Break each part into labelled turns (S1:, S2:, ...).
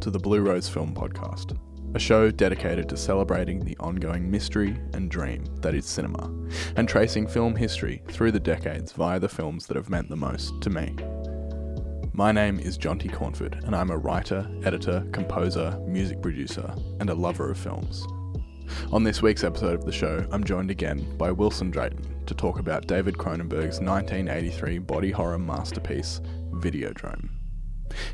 S1: to the Blue Rose Film Podcast, a show dedicated to celebrating the ongoing mystery and dream that is cinema, and tracing film history through the decades via the films that have meant the most to me. My name is Jonty Cornford, and I'm a writer, editor, composer, music producer, and a lover of films. On this week's episode of the show, I'm joined again by Wilson Drayton to talk about David Cronenberg's 1983 body horror masterpiece, Videodrome.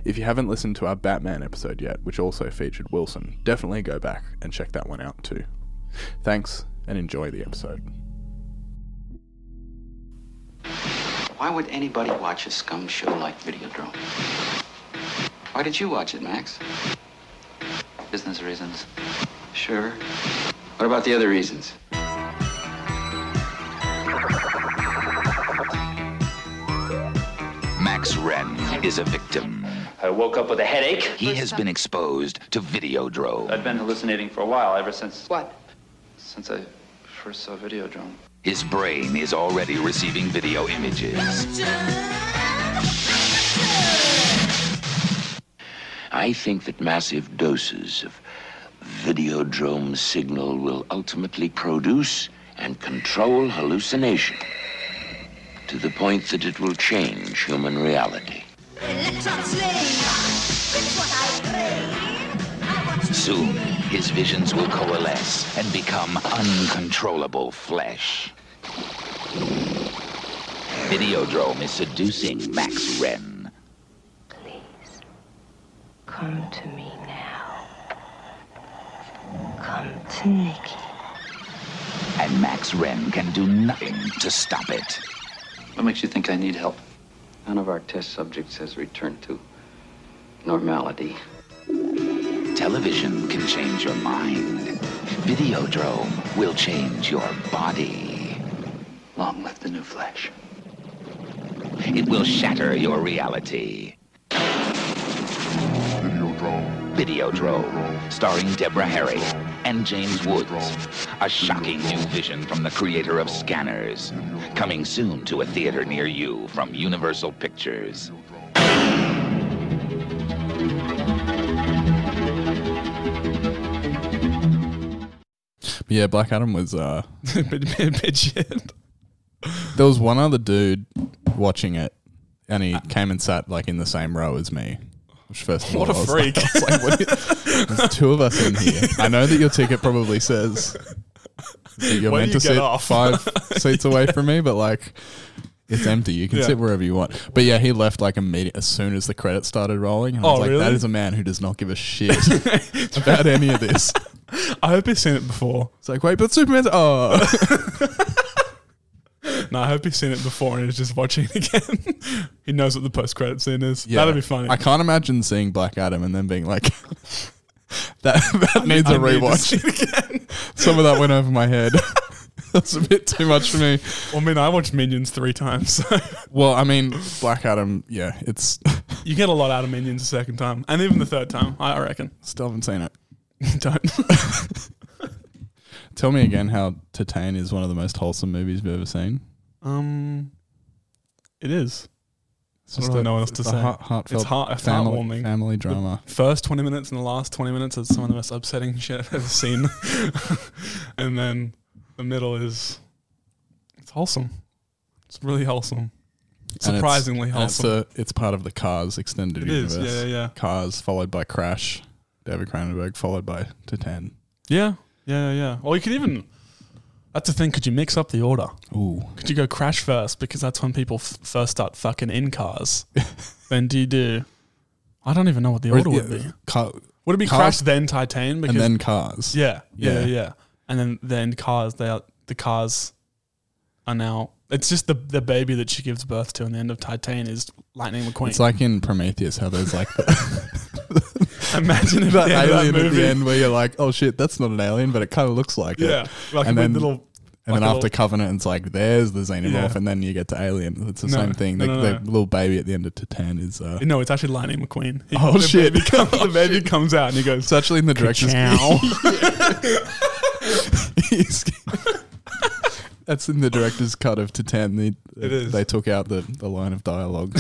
S1: If you haven't listened to our Batman episode yet, which also featured Wilson, definitely go back and check that one out too. Thanks and enjoy the episode.
S2: Why would anybody watch a scum show like Videodrome? Why did you watch it, Max? Business reasons. Sure. What about the other reasons?
S3: Max Wren is a victim.
S4: I woke up with a headache.
S3: He has been exposed to Videodrome.
S4: I'd been hallucinating for a while, ever since
S2: What?
S4: since I first saw Videodrome.
S3: His brain is already receiving video images. I think that massive doses of Videodrome signal will ultimately produce and control hallucination to the point that it will change human reality. Soon, his visions will coalesce and become uncontrollable flesh. Videodrome is seducing Max Wren.
S5: Please, come to me now. Come to Nikki.
S3: and Max Wren can do nothing to stop it.
S4: What makes you think I need help?
S2: None of our test subjects has returned to normality.
S3: Television can change your mind. Videodrome will change your body.
S2: Long live the new flesh.
S3: It will shatter your reality. Videodrome, starring Deborah Harry and James Woods. A shocking new vision from the creator of Scanners. Coming soon to a theater near you from Universal Pictures.
S1: But yeah, Black Adam was uh,
S6: bit, bit, bit shit.
S1: there was one other dude watching it, and
S6: Uh,
S1: he came and sat like in the same row as me. Which first of
S6: What
S1: all,
S6: a
S1: I was like-
S6: freak.
S1: I was like, what are you- there's two of us in here. I know that your ticket probably says that you're
S6: Why do
S1: meant
S6: you
S1: to
S6: get
S1: sit
S6: off?
S1: five seats away from me, but like. It's empty. You can
S6: Yeah.
S1: sit wherever you want. But yeah, he left like immediate as soon as the credits started rolling. And I was
S6: Oh,
S1: like, that
S6: really?
S1: is a man who does not give a shit about any of this.
S6: I hope he's seen it before.
S1: It's like, wait, but Superman's oh
S6: No, I hope he's seen it before and is just watching it again. he knows what the post credit scene is.
S1: Yeah.
S6: That'd be funny.
S1: I can't imagine seeing Black Adam and then being like, that, that needs a
S6: I need to
S1: rewatch.
S6: see it again.
S1: Some of that went over my head. That's a bit too much for me.
S6: Well, I mean, I watched Minions three times. So
S1: Well, I mean, Black Adam, yeah, it's
S6: you get a lot out of Minions the second time, and even the third time, I I reckon.
S1: still haven't seen it.
S6: Don't.
S1: Tell me again how Tatane is one of the most wholesome movies we've ever seen.
S6: Um, it is.
S1: It's
S6: I don't really know what else to
S1: it's a
S6: say.
S1: heart- heartfelt
S6: It's heart- it's
S1: family,
S6: heartwarming.
S1: family drama.
S6: First 20 minutes and the last 20 minutes is some of the most upsetting shit I've ever seen. and then the middle is. It's wholesome. It's really wholesome.
S1: And it's-
S6: Surprisingly
S1: and it's,
S6: wholesome.
S1: a- it's part of the Cars extended
S6: It
S1: universe.
S6: is, yeah, yeah.
S1: Cars followed by Crash, David Cronenberg followed by Tatane.
S6: Yeah, yeah, yeah, yeah. Or you could even. That's the thing. Could you mix up the order?
S1: Ooh,
S6: Could you go crash first because that's when people f- first start fucking in cars? then do you do? I don't even know what the order would be.
S1: Car,
S6: Would it be
S1: Cars-
S6: crash then Titan? Because
S1: and then Cars.
S6: yeah, yeah,
S1: Yeah.
S6: yeah, And then then cars. They are the cars are now. It's just the the baby that she gives birth to in the end of Titan is Lightning McQueen.
S1: It's like in Prometheus how there's like the,
S6: Imagine if
S1: that
S6: that, the end of that
S1: alien at
S6: movie.
S1: the end where you're like, oh shit, that's not an alien, but it kind of looks like
S6: yeah,
S1: it.
S6: like
S1: and
S6: a
S1: then,
S6: little.
S1: and
S6: like
S1: then
S6: a
S1: after
S6: little-
S1: Covenant, it's like there's the xenomorph,
S6: Yeah.
S1: and then you get to Alien. It's the
S6: No,
S1: same thing.
S6: no,
S1: the,
S6: no,
S1: the
S6: no.
S1: little baby at the end of Titan is uh,
S6: No, it's actually Lightning McQueen. He-
S1: Oh,
S6: the
S1: shit.
S6: Baby come-
S1: Oh,
S6: the baby comes out and he goes,
S1: it's actually in the director's. He's- That's in the director's cut of Titan. They,
S6: It is.
S1: They took out the, the line of dialogue.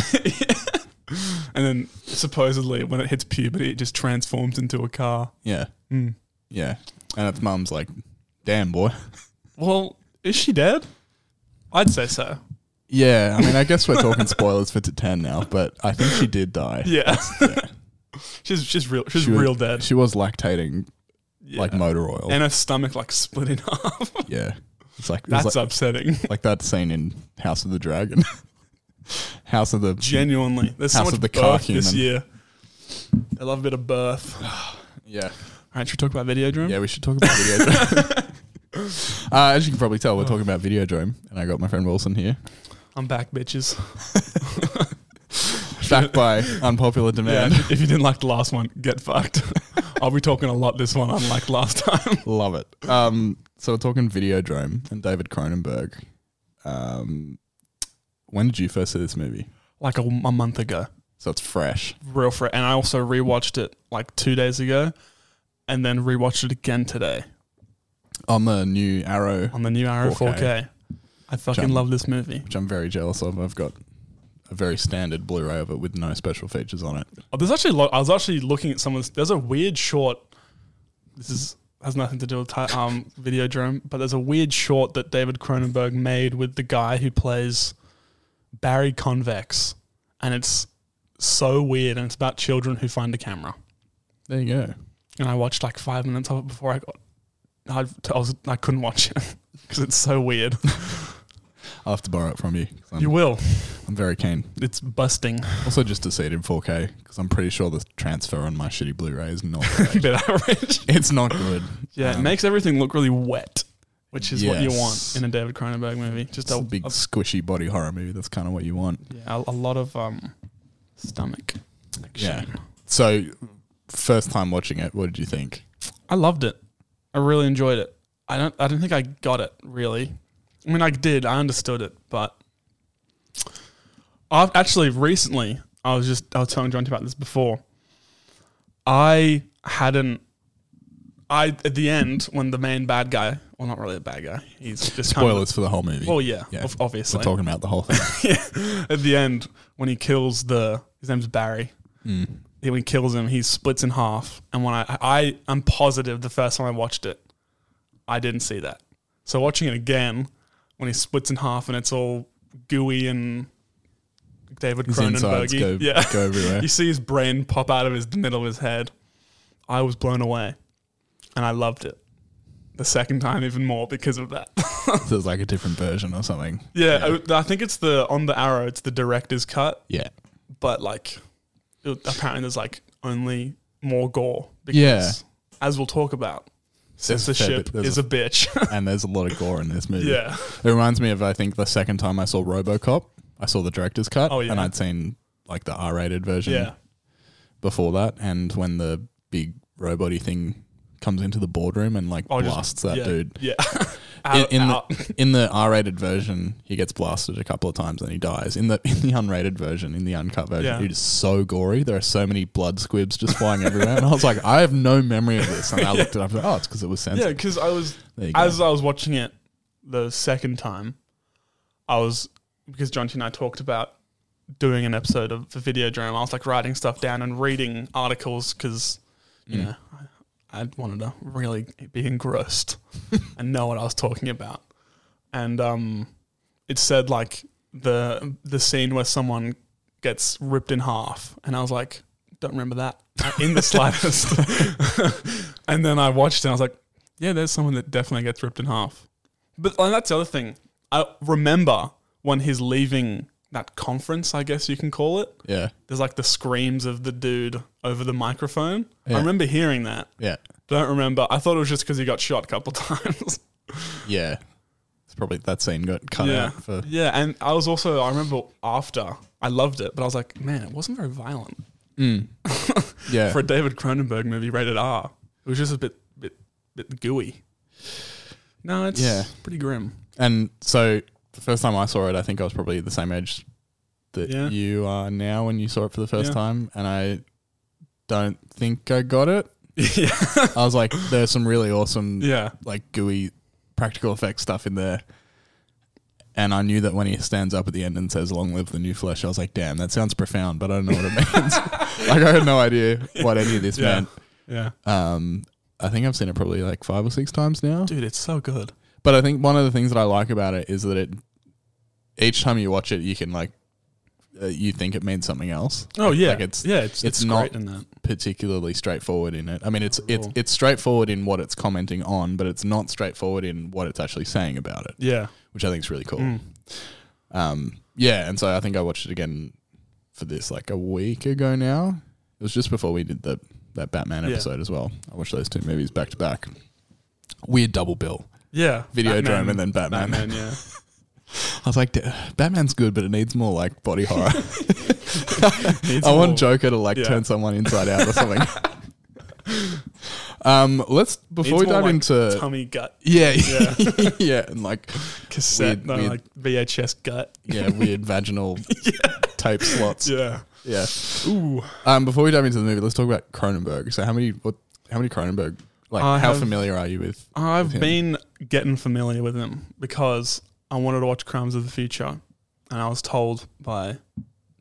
S6: and then supposedly when it hits puberty, it just transforms into a car.
S1: Yeah.
S6: Hmm.
S1: Yeah. And its mum's like, damn, boy.
S6: Well, is she dead? I'd say so.
S1: Yeah. I mean, I guess we're talking spoilers for Titan now, but I think she did die.
S6: Yeah. she's she's real she's
S1: She was,
S6: real dead.
S1: She was lactating like motor oil.
S6: and her stomach like split in half.
S1: yeah. It's like,
S6: That's
S1: it's like,
S6: upsetting.
S1: like that scene in House of the Dragon. House of the.
S6: Genuinely. There's so
S1: House
S6: much
S1: of the
S6: birth
S1: car
S6: this
S1: human.
S6: year. I love a bit of birth. All
S1: yeah.
S6: right, should we talk about Videodrome?
S1: Yeah, we should talk about Videodrome. uh, as you can probably tell, we're talking about Videodrome, and I got my friend Wilson here,
S6: I'm back, bitches.
S1: backed by unpopular
S6: Yeah,
S1: demand.
S6: if you didn't like the last one, get fucked. I'll be talking a lot this one, unlike last time.
S1: Love it. Um, so we're talking Videodrome and David Cronenberg. Um, when did you first see this movie?
S6: like a, a month ago.
S1: So it's fresh.
S6: real for And I also rewatched it like two days ago, and then rewatched it again today
S1: On the new Arrow,
S6: on the new Arrow 4K.
S1: 4K.
S6: I fucking
S1: Jump.
S6: love this movie.
S1: which I'm very jealous of. I've got a very standard Blu-ray of it with no special features on it.
S6: Oh, there's actually a lot. I was actually looking at someone's. There's a weird short. This is has nothing to do with ti- um Videodrome, but there's a weird short that David Cronenberg made with the guy who plays Barry Convex, and it's so weird, and it's about children who find a camera.
S1: There you go.
S6: and I watched like five minutes of it before I got. I, I was I couldn't watch it because it's so weird.
S1: I'll have to borrow it from you. 'cause I'm,
S6: You will.
S1: I'm very keen.
S6: It's busting.
S1: Also, just to see it in 4K because I'm pretty sure the transfer on my shitty Blu-ray is not. great.
S6: Bit average.
S1: it's not good.
S6: Yeah, it makes everything look really wet, which is what you want
S1: Yes.
S6: in a David Cronenberg movie. Just
S1: It's
S6: a,
S1: a big
S6: a-
S1: squishy body horror movie. That's kind of what you want.
S6: yeah, a, a lot of um, stomach.
S1: Yeah.
S6: Action.
S1: So, first time watching it, what did you think?
S6: I loved it. I really enjoyed it. I don't. I don't think I got it really. I mean, I did. I understood it, but I've actually recently. I was just. I was telling John about this before. I hadn't. I at the end when the main bad guy. Well, not really a bad guy. He's just kind of-
S1: Spoilers for the whole movie.
S6: Well, yeah, ob- obviously.
S1: We're talking about the whole thing.
S6: at the end when he kills the his name's Barry.
S1: Hmm.
S6: He- When he kills him, he splits in half. And when I, I I'm positive the first time I watched it, I didn't see that. So watching it again, when he splits in half and it's all gooey and David
S1: His insides go-
S6: Cronenberg, yeah,
S1: go everywhere.
S6: you see his brain pop out of his the middle of his head. I was blown away, and I loved it. The second time, even more because of that.
S1: so it's like a different version or something.
S6: yeah, I, I think it's the on the arrow. It's the director's cut
S1: Yeah.
S6: but like it, apparently there's like only more gore because
S1: Yeah.
S6: as we'll talk about
S1: There's a fair
S6: censorship
S1: bit- there's
S6: is a,
S1: a-
S6: bitch
S1: And there's a lot of gore in this movie.
S6: Yeah.
S1: It reminds me of, I think, the second time I saw Robocop, I saw the director's cut.
S6: Oh, yeah.
S1: And I'd seen like the R rated version
S6: yeah
S1: before that. And when the big robot thing comes into the boardroom and like
S6: I'll Oh, just-
S1: blasts that
S6: yeah,
S1: dude.
S6: yeah
S1: in,
S6: out,
S1: in
S6: out.
S1: the in the R-rated version, he gets blasted a couple of times and he dies. In the in the unrated version, in the uncut version,
S6: Yeah.
S1: it is so gory. There are so many blood squibs just flying everywhere, and I was like, I have no memory of this. And I looked it up. and, Oh, it's because it was
S6: yeah
S1: censored.
S6: because I was
S1: There you go.
S6: as I was watching it the second time I was because Jonty and I talked about doing an episode of the video drama I was like writing stuff down and reading articles because you
S1: Mm.
S6: know I, I wanted to really be engrossed and know what I was talking about and um it said like the the scene where someone gets ripped in half, and I was like, don't remember that in the slightest. and then I watched it, and I was like, yeah, there's someone that definitely gets ripped in half. But and that's the other thing. I remember when he's leaving that conference, I guess you can call it.
S1: Yeah,
S6: There's like the screams of the dude over the microphone. I
S1: Yeah.
S6: remember hearing that.
S1: yeah,
S6: Don't remember. I thought it was just because he got shot a couple times.
S1: yeah. It's probably that scene got cut
S6: Yeah.
S1: out for.
S6: Yeah, and I was also I remember after I loved it, but I was like, man, it wasn't very violent
S1: Yeah,
S6: for a David Cronenberg movie rated R. It was just a bit bit bit gooey. No, it's
S1: Yeah.
S6: pretty grim.
S1: and so the first time I saw it, I think I was probably the same age that
S6: Yeah.
S1: you are now when you saw it for the first
S6: Yeah.
S1: time, and I don't think I got it.
S6: yeah.
S1: I was like, there's some really awesome
S6: Yeah.
S1: like gooey practical effects stuff in there. And I knew that when he stands up at the end and says, Long live the new flesh, I was like, damn, that sounds profound, but I don't know what it means. like, I had no idea what any of this meant.
S6: Yeah.
S1: Um, I think I've seen it probably like five or six times now.
S6: Dude, it's so good.
S1: But I think one of the things that I like about it is that it, each time you watch it, you can like, uh, you think it means something else.
S6: Oh yeah,
S1: Like, it's-
S6: yeah, it's
S1: it's
S6: it's,
S1: not-
S6: great in that.
S1: particularly straightforward in it. I mean, it's it's it's straightforward in what it's commenting on, but it's not straightforward in what it's actually saying about it,
S6: Yeah, Mm.
S1: which I think is really cool. Um, yeah, and so I think I watched it again for this like a week ago now. It was just before we did the that Batman
S6: Yeah.
S1: episode as well. I watched those two movies back to back. Weird double bill.
S6: yeah.
S1: Videodrome
S6: Batman-
S1: and then Batman.
S6: Batman, yeah.
S1: I was like, "D- Batman's good, but it needs more like body horror.
S6: Needs
S1: I want
S6: more.
S1: Joker to like
S6: Yeah.
S1: turn someone inside out or something. um, let's before
S6: Needs
S1: we
S6: more,
S1: dive
S6: like,
S1: into
S6: tummy gut
S1: yeah, yeah,
S6: Yeah.
S1: yeah, and like
S6: cassette,
S1: weird-
S6: no,
S1: weird-
S6: like VHS gut.
S1: yeah, weird vaginal tape slots. Yeah.
S6: Yeah. Ooh.
S1: Um, before we dive into the movie, let's talk about Cronenberg. So how many what how many Cronenberg like
S6: I
S1: how
S6: have-
S1: familiar are you with?
S6: I've
S1: him.
S6: been getting familiar with him because I wanted to watch Crimes of the Future, and I was told by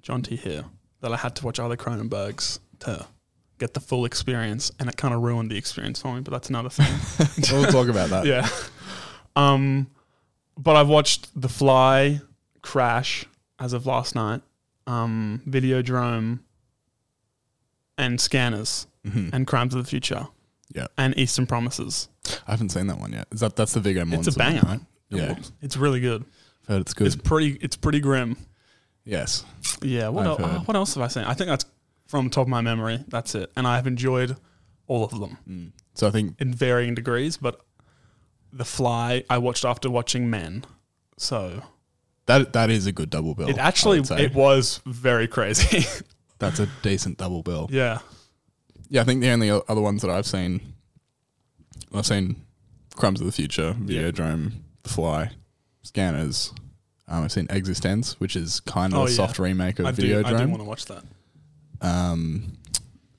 S6: John T. here that I had to watch other Cronenbergs to get the full experience, and it kind of ruined the experience for me. But that's another thing.
S1: we'll talk about that.
S6: yeah. Um, but I've watched The Fly, Crash as of last night, um, Videodrome, and Scanners, and Crimes of the Future,
S1: Mm-hmm. Yeah.
S6: and Eastern Promises.
S1: I haven't seen that one yet. Is that that's the Viggo Mortensen?
S6: It's a banger.
S1: Right? Yeah,
S6: It's- It's really good.
S1: I've heard it's good.
S6: It's pretty. It's pretty grim.
S1: yes,
S6: Yeah. What,
S1: I've
S6: el- uh,
S1: heard.
S6: what else have I seen? I think that's from the top of my memory. That's it. And I've enjoyed all of them
S1: Mm. so I think
S6: in varying degrees. But The Fly, I watched after watching Men, so
S1: That that is a good double bill.
S6: it
S1: Oh, I
S6: actually
S1: would say.
S6: it was very crazy.
S1: that's a decent double bill. Yeah.
S6: yeah.
S1: I think the only o- other ones that I've seen, I've seen Crumbs of the Future,
S6: Yeah.
S1: Videodrome, The Fly, Scanners. Um, I've seen Existence, which is kind of
S6: Oh,
S1: a
S6: yeah.
S1: soft remake of
S6: I do. I do want
S1: Videodrome.
S6: to watch that.
S1: Um,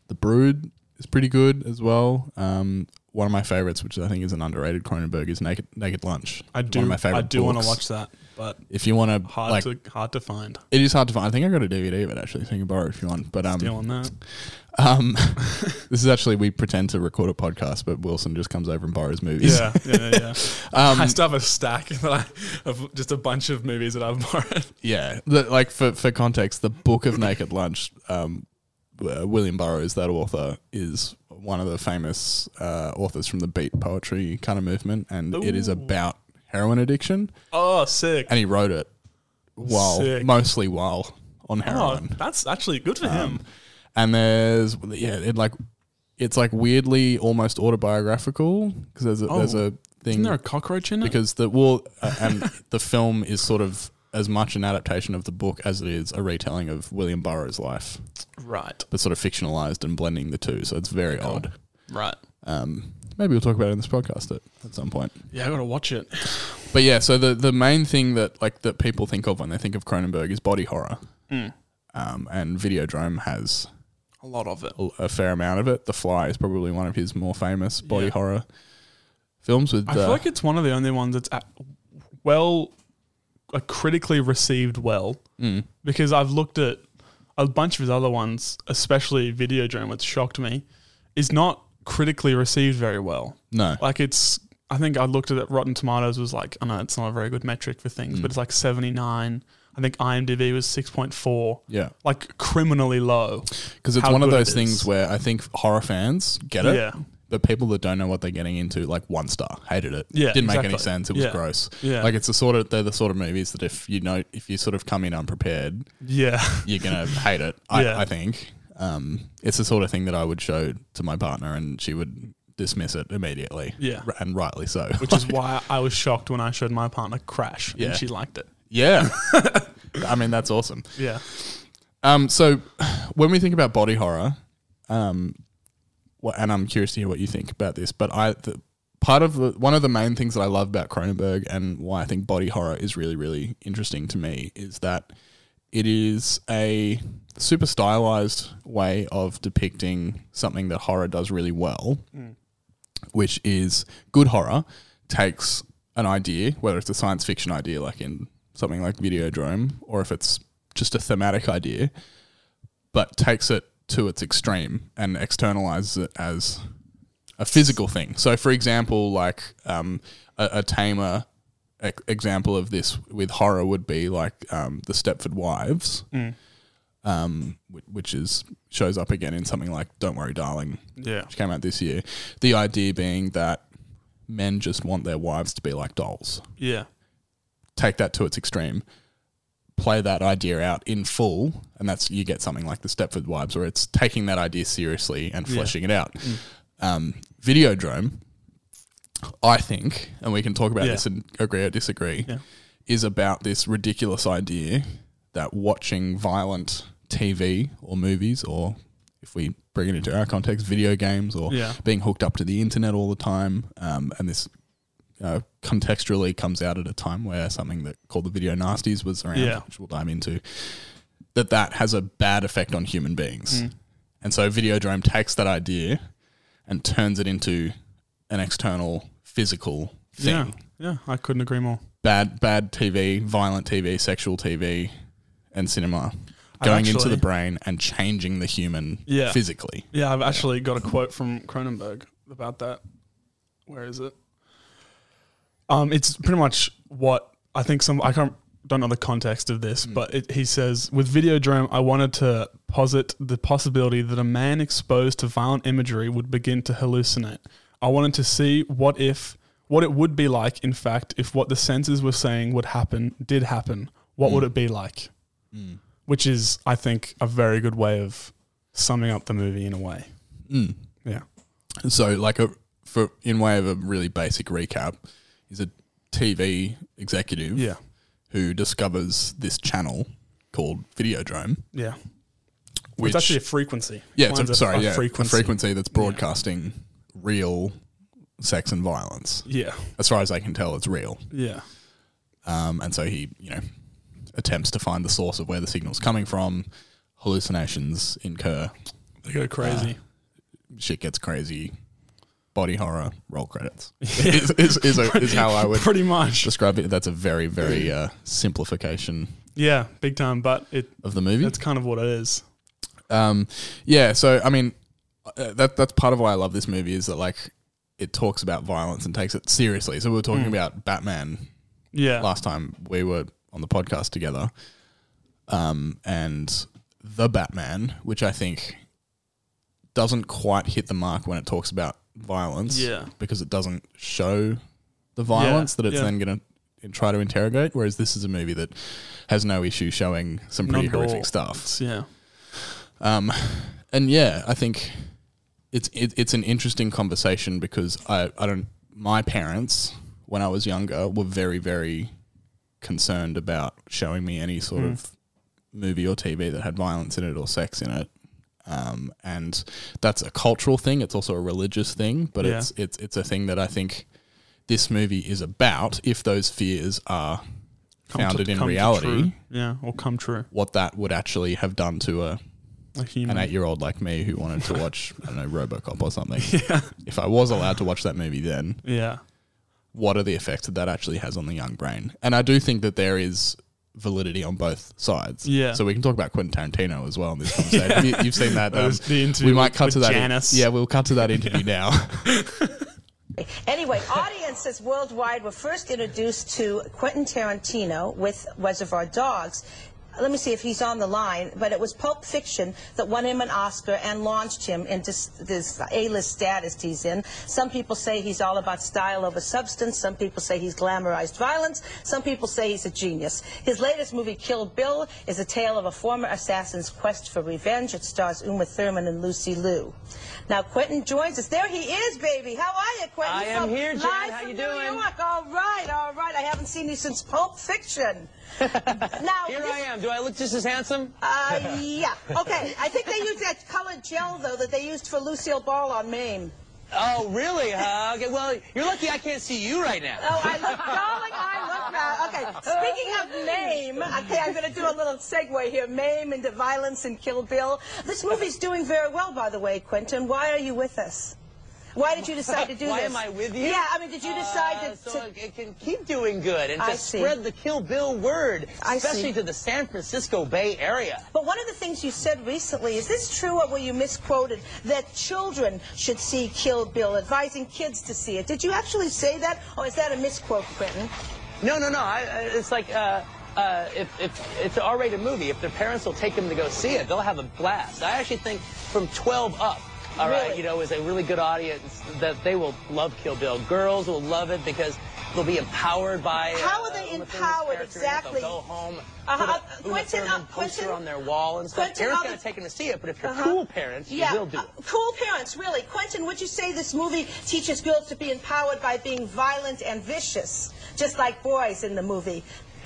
S1: the Brood is pretty good as well. Um, one of my favorites, which I think is an underrated Cronenberg, is Naked Naked Lunch.
S6: I do.
S1: One of my favorite
S6: I do want
S1: books.
S6: to watch that, but
S1: If you want to,
S6: hard
S1: like,
S6: to hard to find.
S1: it is hard to find. I think I got a DVD of it actually. So you can borrow it if you want. But um,
S6: Deal on that.
S1: Um, this is actually we pretend to record a podcast, but Wilson just comes over and borrows movies.
S6: Yeah, yeah, yeah.
S1: Um,
S6: I still have a stack that I of just a bunch of movies that I've borrowed.
S1: yeah. The- like for for context, the book of Naked Lunch, um, uh, William Burroughs, that author, is one of the famous uh, authors from the beat poetry kind of movement, and it is about heroin addiction.
S6: Oh, sick!
S1: And he wrote it while
S6: Sick.
S1: mostly while on
S6: Oh,
S1: heroin.
S6: that's actually good for him.
S1: and there's yeah, it like it's like weirdly almost autobiographical because there's a, there's
S6: Oh.
S1: a thing.
S6: Isn't there a cockroach in it?
S1: because the well uh, and the film is sort of as much an adaptation of the book as it is a retelling of William Burroughs' life,
S6: right,
S1: but sort of fictionalized and blending the two. So it's very odd.
S6: right.
S1: Um, maybe we'll talk about it in this podcast at, at some point.
S6: Yeah, I gotta watch it.
S1: But yeah, so the the main thing that like that people think of when they think of Cronenberg is body horror,
S6: Mm.
S1: um, and Videodrome has
S6: A lot of it.
S1: a- a fair amount of it. The Fly is probably one of his more famous body
S6: Yeah.
S1: horror films. With uh,
S6: I feel like it's one of the only ones that's at, well, like critically received well. Mm. Because I've looked at a bunch of his other ones, especially Videodrome, which shocked me, is not critically received very well.
S1: no,
S6: Like it's, I think I looked at it, Rotten Tomatoes was like, I know it's not a very good metric for
S1: Mm.
S6: things, but it's like 79. I think IMDb was 6.4.
S1: yeah.
S6: Like criminally low.
S1: Because it's
S6: how
S1: one of
S6: good
S1: those
S6: it
S1: things
S6: is.
S1: where I think horror fans get it.
S6: Yeah.
S1: The people that don't know what they're getting into, like one star, hated it.
S6: Yeah,
S1: Didn't make any
S6: exactly.
S1: sense. It was
S6: Yeah.
S1: gross.
S6: Yeah.
S1: Like it's the sort of they're the sort of movies that if you know if you sort of come in unprepared,
S6: Yeah.
S1: you're gonna hate it. I,
S6: Yeah.
S1: I think. Um, it's the sort of thing that I would show to my partner and she would dismiss it immediately.
S6: Yeah.
S1: R- And rightly so.
S6: Which is why I was shocked when I showed my partner Crash
S1: Yeah.
S6: and she liked it.
S1: yeah. I mean that's awesome.
S6: Yeah.
S1: Um, so when we think about body horror, um, wha- and I'm curious to hear what you think about this, but I the, part of the, one of the main things that I love about Cronenberg and why I think body horror is really really interesting to me is that it is a super stylized way of depicting something that horror does really well, which is good horror takes an idea, whether it's a science fiction idea like in something like Videodrome, or if it's just a thematic idea, but takes it to its extreme and externalizes it as a physical thing. So, for example, like um, a, a tamer e- example of this with horror would be like um, the Stepford Wives, um, whi- which is shows up again in something like "Don't Worry, Darling,"
S6: Yeah.
S1: which came out this year. The idea being that men just want their wives to be like dolls.
S6: Yeah.
S1: Take that to its extreme. Play that idea out in full, and that's you get something like the Stepford Wives, where it's taking that idea seriously and fleshing it out.
S6: Mm.
S1: Um, Videodrome, I think, and we can talk about
S6: Yeah.
S1: this and agree or disagree,
S6: Yeah.
S1: is about this ridiculous idea that watching violent TV or movies, or if we bring it into our context, video games, or
S6: Yeah.
S1: being hooked up to the internet all the time, um, and this uh, contextually comes out at a time where something that called the video nasties was around,
S6: Yeah.
S1: which we'll dive into, that that has a bad effect on human beings.
S6: Hmm.
S1: And so Videodrome takes that idea and turns it into an external physical thing.
S6: Yeah. Yeah. I couldn't agree more.
S1: Bad bad TV, violent TV, sexual TV and cinema going into
S6: actually-
S1: the brain and changing the human
S6: Yeah.
S1: physically.
S6: Yeah, I've actually got a quote from Cronenberg about that. Where is it? Um, it's pretty much what I think. Some I can't don't know the context of this, but it, he says with Videodrome, I wanted to posit the possibility that a man exposed to violent imagery would begin to hallucinate. I wanted to see what if what it would be like. In fact, if what the senses were saying would happen did happen, what would it be like? Which is, I think, a very good way of summing up the movie in a way.
S1: Mm.
S6: Yeah.
S1: So like a for in way of a really basic recap, is a TV executive
S6: Yeah.
S1: who discovers this channel called Videodrome.
S6: Yeah.
S1: Which
S6: it's actually a frequency.
S1: yeah, it's
S6: Mine's
S1: a, sorry, yeah,
S6: frequency.
S1: a frequency that's broadcasting real sex and violence.
S6: Yeah.
S1: As far as I can tell, it's real.
S6: Yeah.
S1: Um, and so he, you know, attempts to find the source of where the signal's coming from. Hallucinations incur.
S6: They
S1: Uh,
S6: go crazy.
S1: Shit gets crazy. Body horror. Roll credits. is, is, is, a, is how I would
S6: Pretty much.
S1: describe it. That's a very, very uh, simplification
S6: Yeah, big time, but it
S1: of the movie.
S6: that's kind of what it is.
S1: Um, yeah, so I mean, uh, that that's part of why I love this movie is that like it talks about violence and takes it seriously. So we were talking about Batman
S6: Yeah.
S1: last time we were on the podcast together, um, and the Batman, which I think doesn't quite hit the mark when it talks about violence,
S6: Yeah.
S1: because it doesn't show the violence that it's
S6: yeah.
S1: then going to try to interrogate. Whereas this is a movie that has no issue showing some pretty
S6: Not at all.
S1: horrific stuff.
S6: yeah.
S1: Um, and yeah, I think it's it, it's an interesting conversation because I, I don't my parents when I was younger were very very concerned about showing me any
S6: Hmm.
S1: sort of movie or TV that had violence in it or sex in it. Um, and that's a cultural thing. It's also a religious thing, but
S6: Yeah.
S1: it's it's it's a thing that I think this movie is about. If those fears are
S6: Come to-
S1: founded in
S6: come to
S1: reality,
S6: true. Yeah, or come true.
S1: what that would actually have done to a
S6: A human.
S1: an eight year old like me who wanted to watch, I don't know, Robocop or something. If I was allowed to watch that movie then,
S6: yeah.
S1: what are the effects that that actually has on the young brain? And I do think that there is validity on both sides.
S6: Yeah.
S1: So we can talk about Quentin Tarantino as well in this conversation. you, have seen that. um,
S6: was the interview
S1: we might
S6: with-
S1: cut to
S6: with
S1: that.
S6: Janice.
S1: yeah, we'll cut to that interview now.
S7: Anyway, audiences worldwide were first introduced to Quentin Tarantino with Reservoir Dogs. Let me see if he's on the line, but it was Pulp Fiction that won him an Oscar and launched him into s- this A-list status he's in. Some people say he's all about style over substance. Some people say he's glamorized violence. Some people say he's a genius. His latest movie, Kill Bill, is a tale of a former assassin's quest for revenge. It stars Uma Thurman and Lucy Liu. Now Quentin joins us. There he is, baby. How are you, Quentin?
S8: I am
S7: From-
S8: here, Jan.
S7: Live
S8: How
S7: from
S8: you
S7: New
S8: doing?
S7: York. All right, all right. I haven't seen you since Pulp Fiction. now
S8: Here
S7: this-
S8: I am. Do I look just as handsome?
S7: Uh, yeah. Okay. I think they used that colored gel though that they used for Lucille Ball on Maine.
S8: Oh, really? Uh, okay. Well, you're lucky I can't see you right now.
S7: Oh, I look darling. I look bad. Okay. Speaking of Mame, okay, I'm going to do a little segue here. Mame into violence and Kill Bill. This movie's doing very well, by the way, Quentin. Why are you with us? Why did you decide to do
S8: Why
S7: this?
S8: am I with you?
S7: Yeah, I mean, did you decide
S8: Uh,
S7: to,
S8: so
S7: to-
S8: it can keep doing good and
S7: I
S8: just
S7: see.
S8: spread the Kill Bill word,
S7: I see.
S8: especially to the San Francisco Bay Area.
S7: But one of the things you said recently, is this true or were you misquoted, that children should see Kill Bill, advising kids to see it? Did you actually say that, or is that a misquote, Quentin?
S8: No, no, no. I, I- it's like uh, uh, if, if it's an R-rated movie, if their parents will take them to go see it, they'll have a blast. I actually think from 12 up, all right,
S7: Really?
S8: you know, is a really good audience that they will love Kill Bill. Girls will love it because they'll be empowered by. uh,
S7: How are they
S8: Uma Thurman's
S7: empowered
S8: character in it.
S7: exactly?
S8: They'll go home,
S7: Uh-huh,
S8: put a
S7: uh,
S8: Uma
S7: Quentin,
S8: Thurman
S7: uh,
S8: poster
S7: Quentin-
S8: on their wall and stuff.
S7: Quentin,
S8: parents
S7: all
S8: gotta
S7: the-
S8: take them to see it, but if you're
S7: Uh-huh.
S8: cool parents,
S7: yeah.
S8: you will do
S7: uh,
S8: it.
S7: cool parents, really. Quentin, would you say this movie teaches girls to be empowered by being violent and vicious, just like boys in the movie?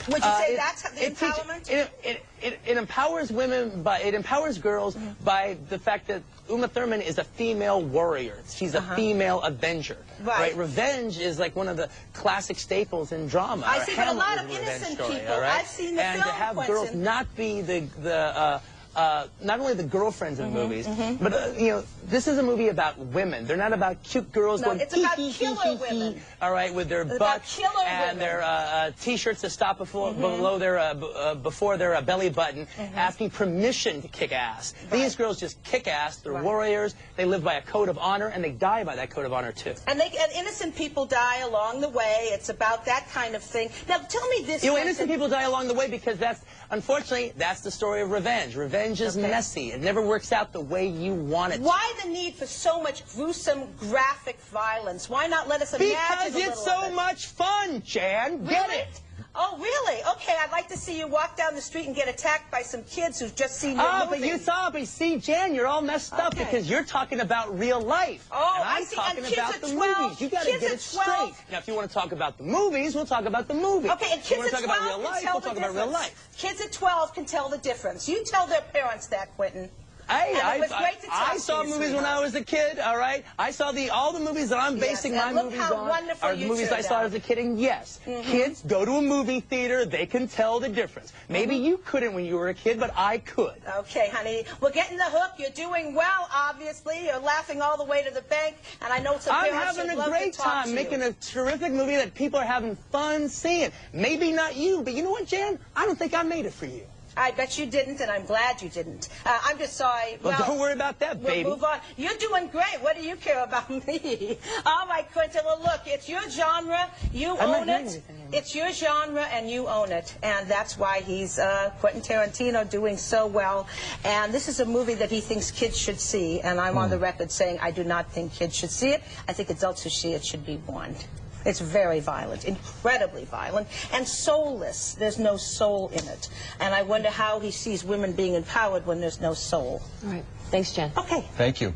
S7: Would you
S8: Uh,
S7: say
S8: it-
S7: that's the
S8: it teach-
S7: empowerment?
S8: it, it, it, it empowers women by it empowers girls
S7: Mm-hmm.
S8: by the fact that Uma Thurman is a female warrior. She's a female avenger.
S7: Uh-huh. Right.
S8: Revenge is like one of the classic staples in drama.
S7: I
S8: Or
S7: see, but a
S8: Hamlet
S7: lot
S8: is
S7: of
S8: revenge
S7: innocent
S8: story,
S7: people-
S8: all right?
S7: I've seen the
S8: and
S7: film,
S8: to have girls
S7: Quentin.
S8: not be the the. Uh, uh, not only the girlfriends in
S7: Mm-hmm,
S8: movies, but uh, you know, this is a movie about women. They're not about cute girls
S7: No,
S8: going.
S7: it's about
S8: "Hee, hee, hee,
S7: killer
S8: hee, hee,"
S7: women.
S8: All right, with their
S7: about
S8: butts
S7: killer
S8: and
S7: women. Mm-hmm.
S8: their uh, uh, t-shirts to stop before below their uh, b- uh, before their uh, belly button, asking permission to kick ass. These girls just kick ass. They're warriors. They live by a code of honor, and they die by that code of honor too.
S7: And, they, and innocent people die along the way. It's about that kind of thing. Now, tell me this.
S8: You know,
S7: Quentin.
S8: innocent people die along the way because that's unfortunately that's the story of revenge. Revenge is messy. It never works out the way you want it. to.
S7: Why the need for so much gruesome, graphic violence? Why not let us imagine
S8: Because
S7: a little
S8: it's so
S7: of it?
S8: much fun, Jan. Get
S7: Really?
S8: it.
S7: Oh, really? Okay, I'd like to see you walk down the street and get attacked by some kids who've just seen your
S8: Oh,
S7: movie.
S8: but you saw, but see, Jan, you're all messed up
S7: Okay.
S8: because you're talking about real life.
S7: Oh,
S8: and
S7: I
S8: I'm
S7: see, and
S8: talking
S7: kids
S8: about
S7: at
S8: the
S7: 12
S8: movies. You got to
S7: kids
S8: get
S7: at
S8: it
S7: 12
S8: straight. Now, if you want to talk about the movies, we'll talk about the movies.
S7: Okay, and
S8: If you
S7: kids
S8: want to
S7: at
S8: talk about
S7: 12
S8: real
S7: can
S8: life,
S7: tell
S8: we'll
S7: the
S8: talk
S7: difference.
S8: about real life.
S7: Kids at 12 can tell the difference. You tell their parents that, Quentin.
S8: Hey,
S7: And it
S8: I,
S7: was
S8: I-
S7: great to talk
S8: I
S7: to
S8: saw
S7: you,
S8: movies when I
S7: sweetheart.
S8: was a kid, all right? I saw the all the movies that I'm
S7: Yes,
S8: basing
S7: and
S8: my
S7: look
S8: movies
S7: how
S8: on
S7: wonderful
S8: are
S7: you
S8: the movies
S7: two Mm-hmm.
S8: I saw
S7: are.
S8: as a kid. And yes, kids go to a movie theater, they can tell the difference. Maybe
S7: Mm-hmm.
S8: you couldn't when you were a kid, but I could.
S7: Okay, honey, we're getting the hook. You're doing well, obviously. You're laughing all the way to the bank, and I know some
S8: I'm
S7: parents
S8: having
S7: would
S8: a
S7: love
S8: great
S7: to talk
S8: time
S7: to
S8: making
S7: you.
S8: a terrific movie that people are having fun seeing. Maybe not you, but you know what, Jan? I don't think I made it for you.
S7: I bet you didn't, and I'm glad you didn't. Uh, I'm just sorry.
S8: Well, don't worry about that,
S7: we'll
S8: baby.
S7: move on. You're doing great. What do you care about me? All right, Quentin. Well, look, it's your genre. You
S8: I'm not
S7: own
S8: doing
S7: it.
S8: anything anymore.
S7: It's your genre, and you own it. And that's why he's uh, Quentin Tarantino doing so well. And this is a movie that he thinks kids should see. And I'm
S8: Hmm.
S7: on the record saying I do not think kids should see it. I think adults who see it should be warned. It's very violent, incredibly violent, and soulless. There's no soul in it. And I wonder how he sees women being empowered when there's no soul.
S9: All right. Thanks, Jen.
S7: Okay.
S10: Thank you.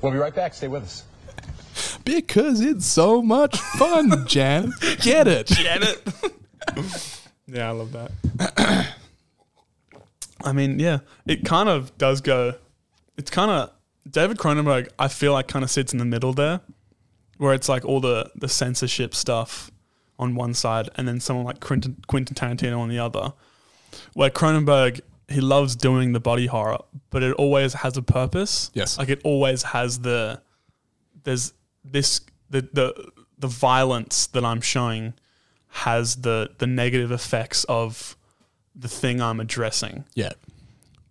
S10: We'll be right back. Stay with us.
S1: Because it's so much fun, Jan. Get it.
S6: Get it? yeah, I love that. I mean, yeah, it kind of does go. It's kind of David Cronenberg. I feel like kind of sits in the middle there, where it's like all the the censorship stuff on one side, and then someone like Quentin, Quentin Tarantino on the other. Where Cronenberg, he loves doing the body horror, but it always has a purpose.
S1: Yes.
S6: like it always has the there's this the the the violence that I'm showing has the the negative effects of the thing I'm addressing.
S1: Yeah.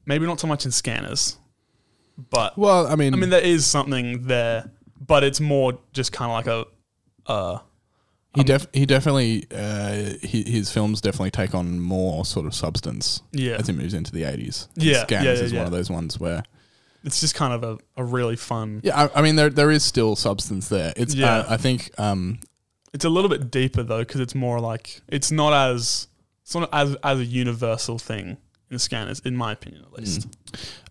S6: Maybe not so much in scanners, but
S1: Well, I mean,
S6: I mean there is something there, but it's more just kind of like a
S1: he
S6: Um,
S1: def- he definitely uh, he, his films definitely take on more sort of substance.
S6: Yeah.
S1: as he moves into the eighties.
S6: Yeah,
S1: Scams
S6: yeah, yeah,
S1: is one
S6: yeah.
S1: of those ones where
S6: it's just kind of a, a really fun.
S1: yeah, I, I mean there there is still substance there. It's
S6: Yeah.
S1: uh, I think um,
S6: It's a little bit deeper though because it's more like it's not as it's not as as a universal thing in scanners, in my opinion at
S1: Mm.
S6: least.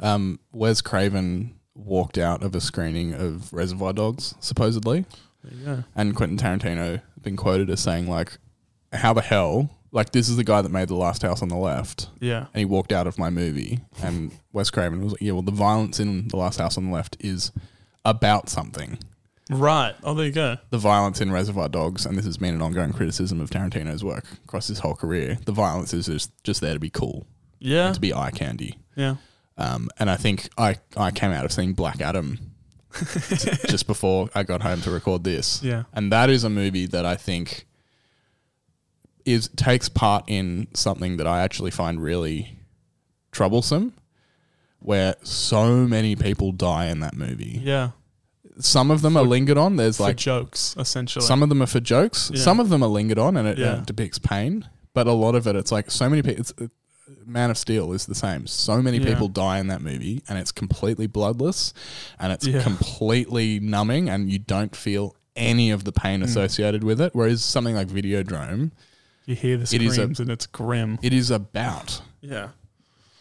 S1: um, Wes Craven walked out of a screening of Reservoir Dogs supposedly,
S6: Yeah.
S1: and Quentin Tarantino has been quoted as saying like, "How the hell." Like this is the guy that made the last house on the left.
S6: Yeah.
S1: and he walked out of my movie. And Wes Craven was like, "Yeah, well, the violence in The Last House on the Left is about something.
S6: Right. Oh, there you go.
S1: The violence in Reservoir Dogs, and this has been an ongoing criticism of Tarantino's work across his whole career. The violence is just, just there to be cool,
S6: Yeah.
S1: to be eye candy.
S6: yeah.
S1: Um, and I think I I came out of seeing Black Adam just before I got home to record this.
S6: Yeah.
S1: And that is a movie that I think is takes part in something that I actually find really troublesome where so many people die in that movie.
S6: Yeah.
S1: Some of them are lingered on. There's
S6: For
S1: like
S6: jokes, essentially.
S1: some of them are for jokes. Some of them are lingered on and it,
S6: Yeah.
S1: it depicts pain. But a lot of it, it's like so many people. It's, uh, Man of Steel is the same. So many
S6: Yeah.
S1: people die in that movie and it's completely bloodless and it's
S6: Yeah.
S1: completely numbing and you don't feel any of the pain
S6: Mm.
S1: associated with it. Whereas something like Videodrome,
S6: you hear the
S1: It is
S6: screams
S1: a-
S6: and it's grim.
S1: it is about
S6: Yeah.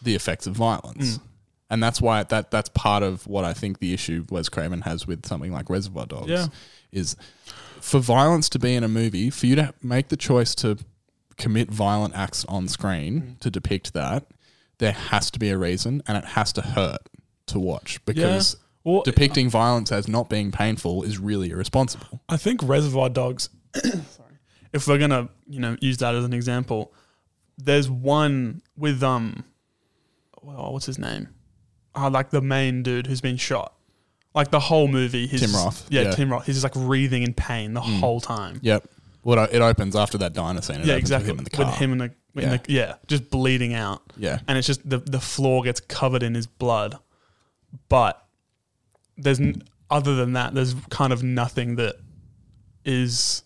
S1: the effects of violence.
S6: Mm.
S1: And that's why that that's part of what I think the issue Wes Craven has with something like Reservoir Dogs
S6: Yeah.
S1: is for violence to be in a movie, for you to make the choice to commit violent acts on screen
S6: Mm.
S1: to depict that, there has to be a reason and it has to hurt to watch because
S6: Well,
S1: depicting violence as not being painful is really irresponsible.
S6: I think Reservoir Dogs. sorry, if we're gonna you know use that as an example, there's one with um, well, what's his name? Ah, like the main dude who's been shot. Like the whole movie, he's
S1: Tim
S6: just-
S1: Roth,
S6: Yeah,
S1: yeah. Hmm.
S6: Tim Roth. He's just like breathing in pain the whole time.
S1: Yep. What I- it opens after that diner scene. It
S6: yeah,
S1: opens
S6: exactly.
S1: With him in the car.
S6: in the, in
S1: Yeah.
S6: the- yeah, just bleeding out.
S1: Yeah.
S6: and it's just the the floor gets covered in his blood, but there's n- other than that, there's kind of nothing that is.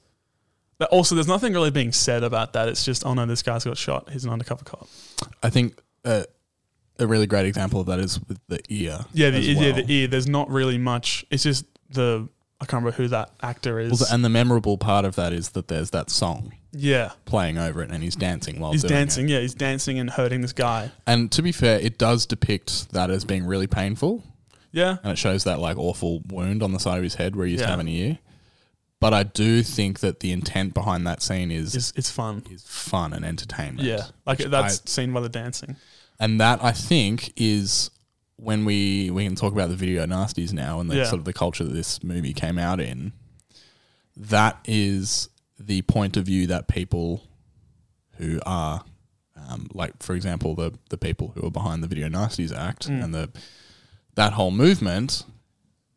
S6: But also, there's nothing really being said about that. It's just, oh no, this guy's got shot. He's an undercover cop.
S1: I think uh, a really great example of that is with the ear.
S6: Yeah, the, e,
S1: as
S6: yeah,
S1: well.
S6: the ear. There's not really much. It's just the I can't remember who that actor is.
S1: Well, the- and the memorable part of that is that there's that song
S6: yeah,
S1: playing over it, and he's dancing while
S6: he's
S1: doing it.
S6: dancing. Yeah, he's dancing and hurting this guy.
S1: And to be fair, it does depict that as being really painful,
S6: Yeah,
S1: and it shows that like awful wound on the side of his head where he used to
S6: Yeah.
S1: have an ear. But I do think that the intent behind that scene is
S6: it's it's fun.
S1: is fun and entertainment.
S6: Yeah, like
S1: Which
S6: that's
S1: I-
S6: seen by the dancing.
S1: and that I think is when we we can talk about the video nasties now and the
S6: Yeah.
S1: sort of the culture that this movie came out in. That is the point of view that people who are um, like, for example, the the people who are behind the Video Nasties Act and the that whole movement,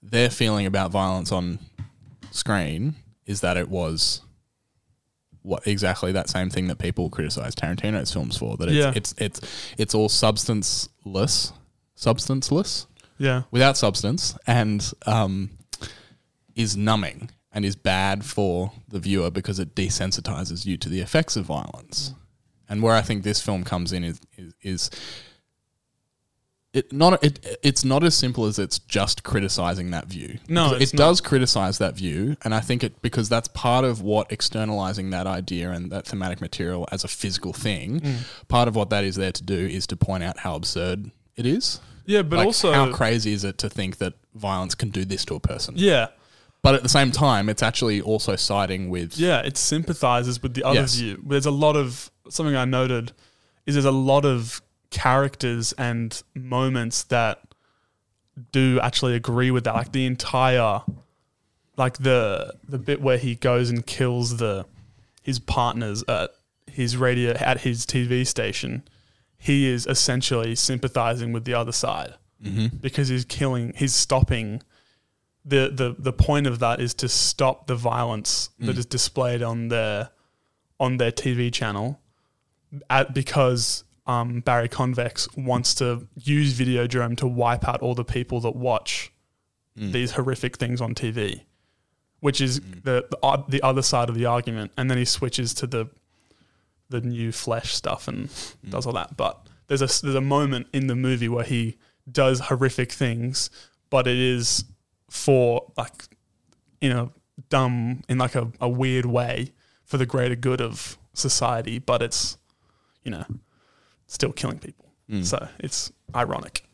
S1: their feeling about violence on screen is that it was what exactly that same thing that people criticize Tarantino's films for that it's
S6: Yeah.
S1: it's it's it's all substanceless substanceless
S6: Yeah,
S1: without substance and um, is numbing and is bad for the viewer because it desensitizes you to the effects of violence. And where I think this film comes in is is, is it not it it's not as simple as it's just criticizing that view.
S6: No,
S1: Because
S6: it's
S1: it does criticize that view, and I think it because that's part of what externalizing that idea and that thematic material as a physical thing,
S6: Mm.
S1: part of what that is there to do is to point out how absurd it is.
S6: yeah, but
S1: Like,
S6: also
S1: how crazy is it to think that violence can do this to a person?
S6: yeah,
S1: But at the same time, it's actually also siding with
S6: Yeah, it sympathizes with the other
S1: Yes.
S6: view. There's a lot of something I noted is there's a lot of characters and moments that do actually agree with that. Like the entire like the the bit where he goes and kills the his partners at his radio at his TV station, he is essentially sympathizing with the other side because he's killing, he's stopping. the the The point of that is to stop the violence that is displayed on their on their TV channel, at because. Um, Barry Convex wants to use Videodrome to wipe out all the people that watch these horrific things on TV, which is the, the o- the other side of the argument. And then he switches to the the new flesh stuff and does all that. But there's a there's a moment in the movie where he does horrific things, but it is for like in a dumb in like a, a weird way for the greater good of society. But it's you know still killing people, so it's ironic.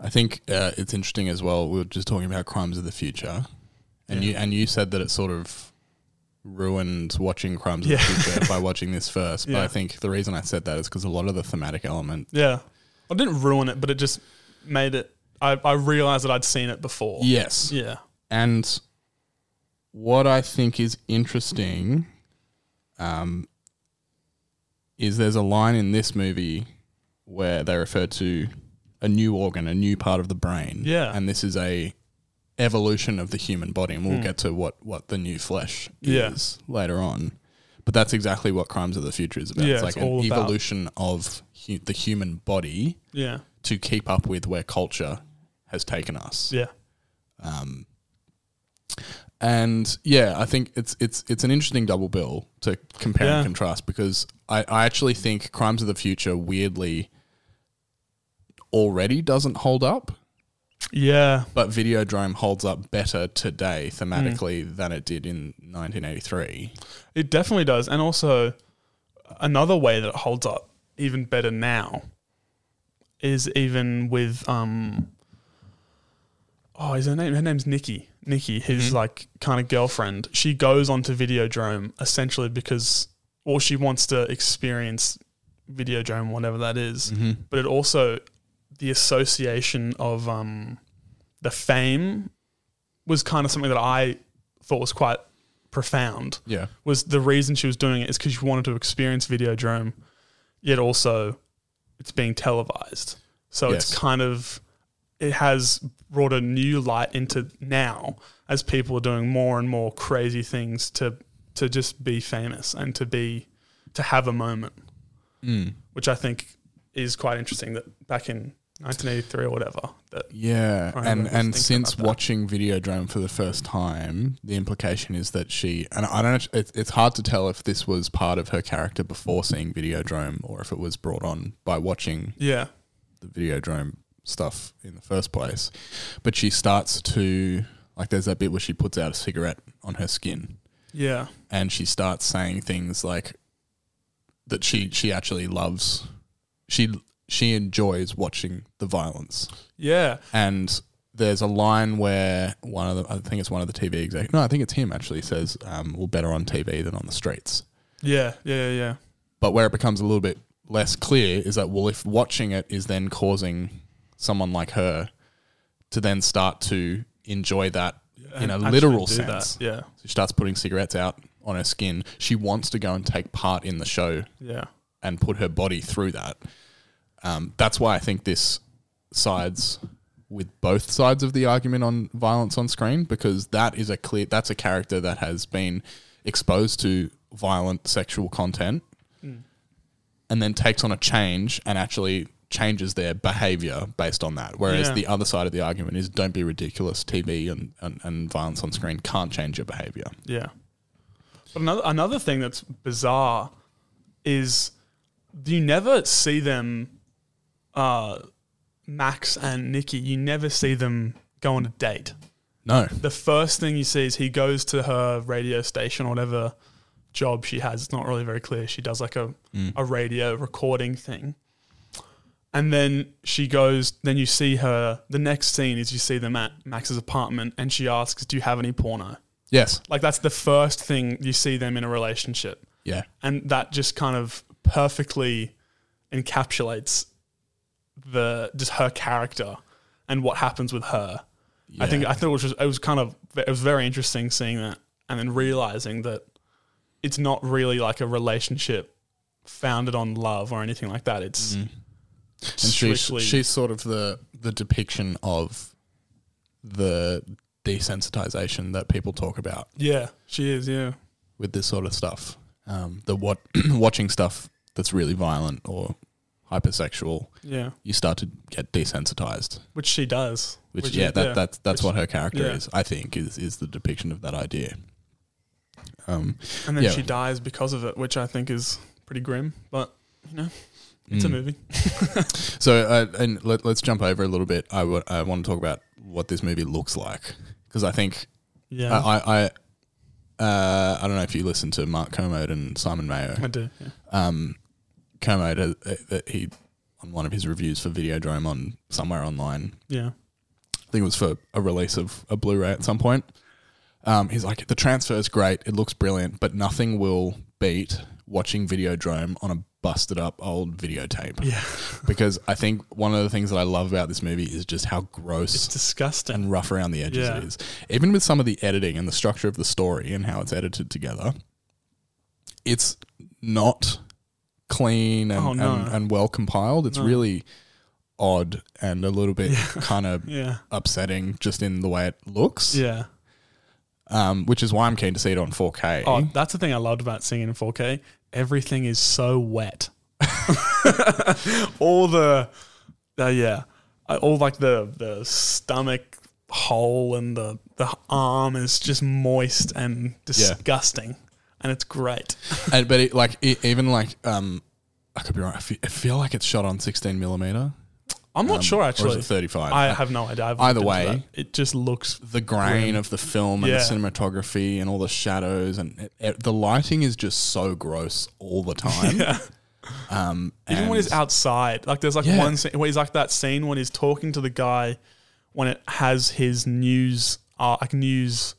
S1: I think uh, it's interesting as well. We were just talking about crimes of the future, and you and you said that it sort of ruined watching crimes of
S6: Yeah.
S1: the future by watching this first. But
S6: Yeah.
S1: I think the reason I said that is because a lot of the thematic element.
S6: Yeah, I didn't ruin it, but it just made it. I I realized that I'd seen it before.
S1: Yes,
S6: Yeah.
S1: and what I think is interesting, um, is there's a line in this movie where they refer to a new organ, a new part of the brain.
S6: Yeah.
S1: And this is a evolution of the human body, and we'll get to what what the new flesh
S6: Hmm. Yeah.
S1: is later on. But that's exactly what Crimes of the Future is about.
S6: Yeah,
S1: it's like
S6: it's
S1: an
S6: all about-
S1: evolution of hu- the human body
S6: Yeah.
S1: to keep up with where culture has taken us.
S6: Yeah.
S1: And yeah, I think it's it's it's an interesting double bill to compare
S6: Yeah.
S1: and contrast because I, I actually think Crimes of the Future weirdly already doesn't hold up,
S6: Yeah.
S1: but Videodrome holds up better today thematically
S6: Hmm.
S1: than it did in 1983.
S6: It definitely does. And also, another way that it holds up even better now is even with um oh is her name her name's Nikki. Nikki, his like kind of girlfriend. She goes onto Videodrome essentially because or she wants to experience Videodrome, whatever that is. But it also the association of um the fame was kind of something that I thought was quite profound
S1: Yeah.
S6: was the reason she was doing it is because she wanted to experience Videodrome, yet also it's being televised. So
S1: Yes.
S6: it's kind of it has brought a new light into now as people are doing more and more crazy things to to just be famous and to be to have a moment,
S1: Mm.
S6: which I think is quite interesting that back in 1983 or whatever that
S1: Yeah, and
S6: I remember
S1: and
S6: thinking
S1: since
S6: about that.
S1: watching Videodrome for the first time, the implication is that she and I don't. It's, it's hard to tell if this was part of her character before seeing Videodrome, or if it was brought on by watching
S6: yeah
S1: the Videodrome stuff in the first place. But she starts to like. There's that bit where she puts out a cigarette on her skin,
S6: yeah
S1: and she starts saying things like that she she actually loves. She she enjoys watching the violence
S6: yeah
S1: and there's a line where one of the I think it's one of the TV exec no I think it's him actually says um, we're better on TV than on the streets
S6: yeah yeah yeah
S1: but where it becomes a little bit less clear is that well if watching it is then causing someone like her to then start to enjoy that in a
S6: Actually
S1: literal
S6: do that.
S1: sense
S6: yeah
S1: so she starts putting cigarettes out on her skin she wants to go and take part in the show
S6: yeah
S1: and put her body through that. Um, that's why I think this sides with both sides of the argument on violence on screen because that is a clear that's a character that has been exposed to violent sexual content
S6: Mm.
S1: and then takes on a change and actually changes their behavior based on that whereas
S6: Yeah.
S1: the other side of the argument is don't be ridiculous tv and, and, and violence on screen can't change your behavior
S6: Yeah. But another another thing that's bizarre is you never see them uh Max and Nikki, you never see them go on a date.
S1: no
S6: The first thing you see is he goes to her radio station or whatever job she has. It's not really very clear. She does like a a radio recording thing. And then she goes, then you see her the next scene is you see them at Max's apartment and she asks, Do you have any porno?
S1: yes
S6: Like that's the first thing you see them in a relationship.
S1: yeah
S6: And that just kind of perfectly encapsulates the just her character and what happens with her. I think I thought it was just, it was kind of it was very interesting seeing that and then realizing that it's not really like a relationship founded on love or anything like that. It's
S1: Mm-hmm. and she's
S6: strictly
S1: she's sort of the the depiction of the desensitization that people talk about
S6: yeah, she is yeah
S1: with this sort of stuff. Um, the what watching stuff that's really violent or hypersexual,
S6: yeah,
S1: you start to get desensitized.
S6: which she does.
S1: Which, yeah, that, that's that's
S6: Which-
S1: what her character
S6: yeah.
S1: is. I think is is the depiction of that idea. Um,
S6: And then
S1: Yeah.
S6: she dies because of it, which I think is pretty grim. But you know,
S1: Mm.
S6: it's a movie.
S1: So, uh, and let, let's jump over a little bit. I want to talk about what this movie looks like because I think
S6: Yeah, I,
S1: I, I, I, uh, I don't know if you listen to Mark Kermode and Simon Mayo.
S6: do. yeah.
S1: Kermode, uh, uh, that he on one of his reviews for Videodrome on somewhere online.
S6: Yeah,
S1: I think it was for a release of a Blu-ray at some point. Um, he's like, the transfer is great. It looks brilliant, but nothing will beat watching Videodrome on a busted up old videotape. Yeah. because I think one of the things that I love about this movie is just how gross
S6: it's disgusting.
S1: and rough around the edges
S6: Yeah.
S1: it is. Even with some of the editing and the structure of the story and how it's edited together, it's not clean and,
S6: Oh, no.
S1: and, and well compiled. It's really odd and a little bit kind of
S6: Yeah.
S1: upsetting just in the way it looks.
S6: Yeah.
S1: Um, which is why I'm keen to see it on 4K.
S6: Oh, that's the thing I loved about singing in 4K. Everything is so wet. all the, uh, yeah, Uh, all like the the stomach hole and the the arm is just moist and disgusting, and it's great.
S1: And, but it, like it, even like um, I could be wrong. I fe- I feel like it's shot on 16 millimeter. Um,
S6: I'm not sure actually.
S1: 35?
S6: I have no idea. I've
S1: Either
S6: looked into
S1: way,
S6: that. it just looks
S1: The grain of the film and
S6: Yeah.
S1: the cinematography and all the shadows and it, it- the lighting is just so gross all the time. Um,
S6: Even when
S1: and-
S6: he's outside, like there's like
S1: Yeah.
S6: one scene where he's like that scene when he's talking to the guy when it has his news, uh, like news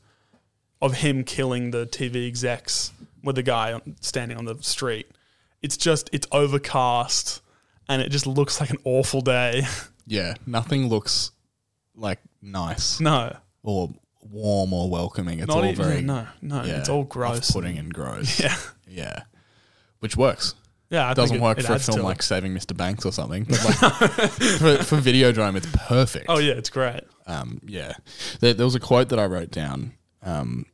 S6: of him killing the TV execs with the guy on, standing on the street. It's just, it's overcast and it just looks like an awful day.
S1: yeah, nothing looks like nice
S6: no,
S1: or warm or welcoming. It's
S6: not
S1: all
S6: even,
S1: very
S6: no, no,
S1: yeah,
S6: it's all gross.
S1: off-putting and gross.
S6: Yeah.
S1: yeah, which works.
S6: Yeah. I think
S1: doesn't
S6: it-
S1: work
S6: it
S1: for a
S6: adds to
S1: film
S6: it.
S1: like Saving Mr. Banks or something, but like for, for Videodrome, it's perfect.
S6: oh yeah, it's great.
S1: Um, yeah. There, there was a quote that I wrote down. Um,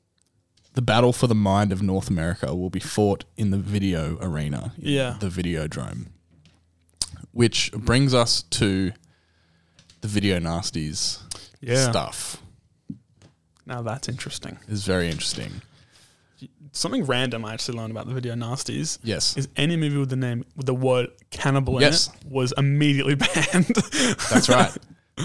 S1: the battle for the mind of North America will be fought in the video arena, in
S6: Yeah.
S1: the Videodrome, which brings us to the video nasties
S6: Yeah.
S1: stuff.
S6: Now that's interesting.
S1: Is very interesting.
S6: Something random I actually learned about the video nasties.
S1: Yes,
S6: is any movie with the name with the word cannibal
S1: Yes.
S6: in it was immediately banned.
S1: that's right.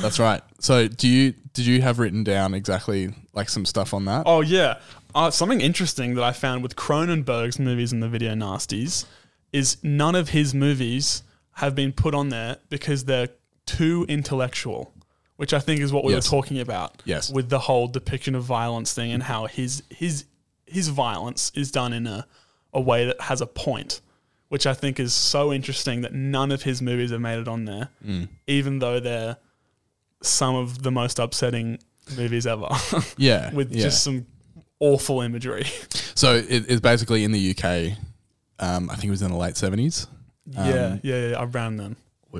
S1: That's right. So, do you did you have written down exactly like some stuff on that?
S6: oh yeah, uh, something interesting that I found with Cronenberg's movies and the video nasties is none of his movies have been put on there because they're too intellectual, which I think is what we
S1: Yes.
S6: were talking about.
S1: Yes.
S6: with the whole depiction of violence thing and how his his his violence is done in a a way that has a point. Which I think is so interesting that none of his movies have made it on there.
S1: Mm.
S6: even though they're some of the most upsetting movies ever
S1: yeah,
S6: with
S1: yeah.
S6: just some awful imagery.
S1: So it, it's basically in the UK. Um, I think it was in the late seventies. Um,
S6: yeah, yeah, yeah, around them.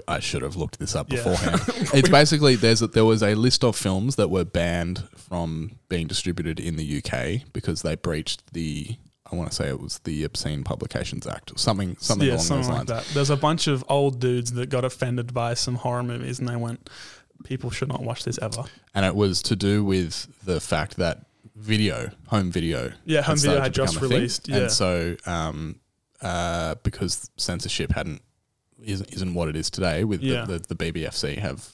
S1: I should have looked this up
S6: Yeah.
S1: beforehand. it's basically there's a, there was a list of films that were banned from being distributed in the UK because they breached the I want to say it was the Obscene Publications Act or something something
S6: yeah,
S1: along
S6: something
S1: those
S6: like
S1: lines.
S6: that. There's a bunch of old dudes that got offended by some horror movies and they went, people should not watch this ever.
S1: And it was to do with the fact that video, home video,
S6: Yeah, home video
S1: started
S6: had
S1: to
S6: just
S1: become a thing.
S6: released, yeah.
S1: and so um, uh, because censorship hadn't isn't, isn't what it is today with
S6: Yeah.
S1: the, the, the BBFC have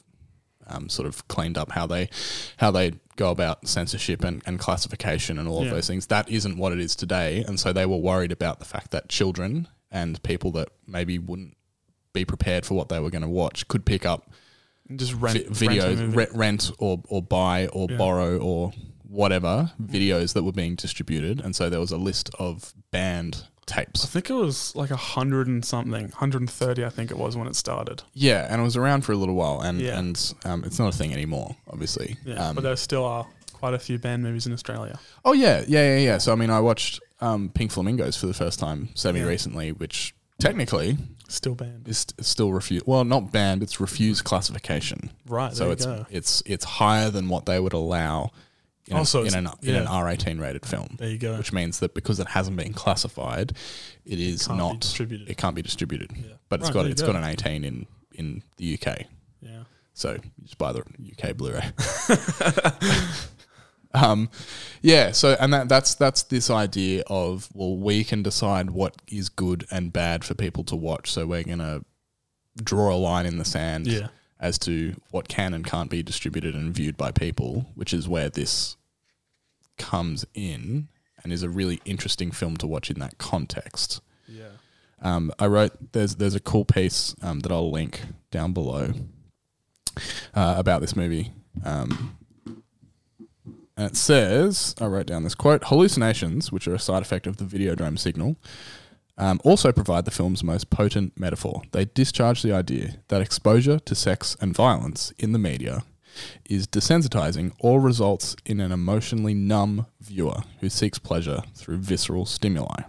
S1: um, sort of cleaned up how they how they go about censorship and, and classification and all of
S6: Yeah.
S1: those things. That isn't what it is today, and so they were worried about the fact that children and people that maybe wouldn't be prepared for what they were going to watch could pick up
S6: And just rent
S1: vi- videos,
S6: rent a
S1: rent,
S6: movie.
S1: rent, or, or buy or borrow or whatever videos that were being distributed. And so there was a list of banned
S6: I
S1: tapes.
S6: think it was like a hundred and something, 130, I think it was when it started.
S1: Yeah, and it was around for a little while, and
S6: Yeah.
S1: and um, it's not a thing anymore, obviously.
S6: Yeah,
S1: Um,
S6: but there still are quite a few banned movies in Australia.
S1: oh yeah, yeah, yeah, yeah. So I mean, I watched um, Pink Flamingos for the first time semi
S6: Yeah.
S1: recently, which technically
S6: Still banned.
S1: is st- still refused. Well, not banned. It's refused classification.
S6: Right,
S1: So
S6: there you
S1: it's
S6: go.
S1: it's it's higher than what they would allow. In,
S6: Oh, so
S1: an, in,
S6: it's-
S1: an, in an
S6: yeah.
S1: R18 rated film.
S6: There you go.
S1: Which means that because it hasn't been classified, it is
S6: can't be
S1: not
S6: distributed.
S1: It can't be distributed. But it's got
S6: Right, there you
S1: it's
S6: go.
S1: got an 18 in in the UK.
S6: Yeah.
S1: So you just buy the UK Blu-ray. um, yeah. So and that that's that's this idea of well, we can decide what is good and bad for people to watch. So we're gonna draw a line in the sand
S6: Yeah.
S1: as to what can and can't be distributed and viewed by people, which is where this comes in and is a really interesting film to watch in that context.
S6: Yeah.
S1: Um, I wrote there's there's a cool piece um, that I'll link down below uh, about this movie. Um, and it says I wrote down this quote: hallucinations, which are a side effect of the videodrome signal, um, also provide the film's most potent metaphor. They discharge the idea that exposure to sex and violence in the media is desensitizing or results in an emotionally numb viewer who seeks pleasure through visceral stimuli.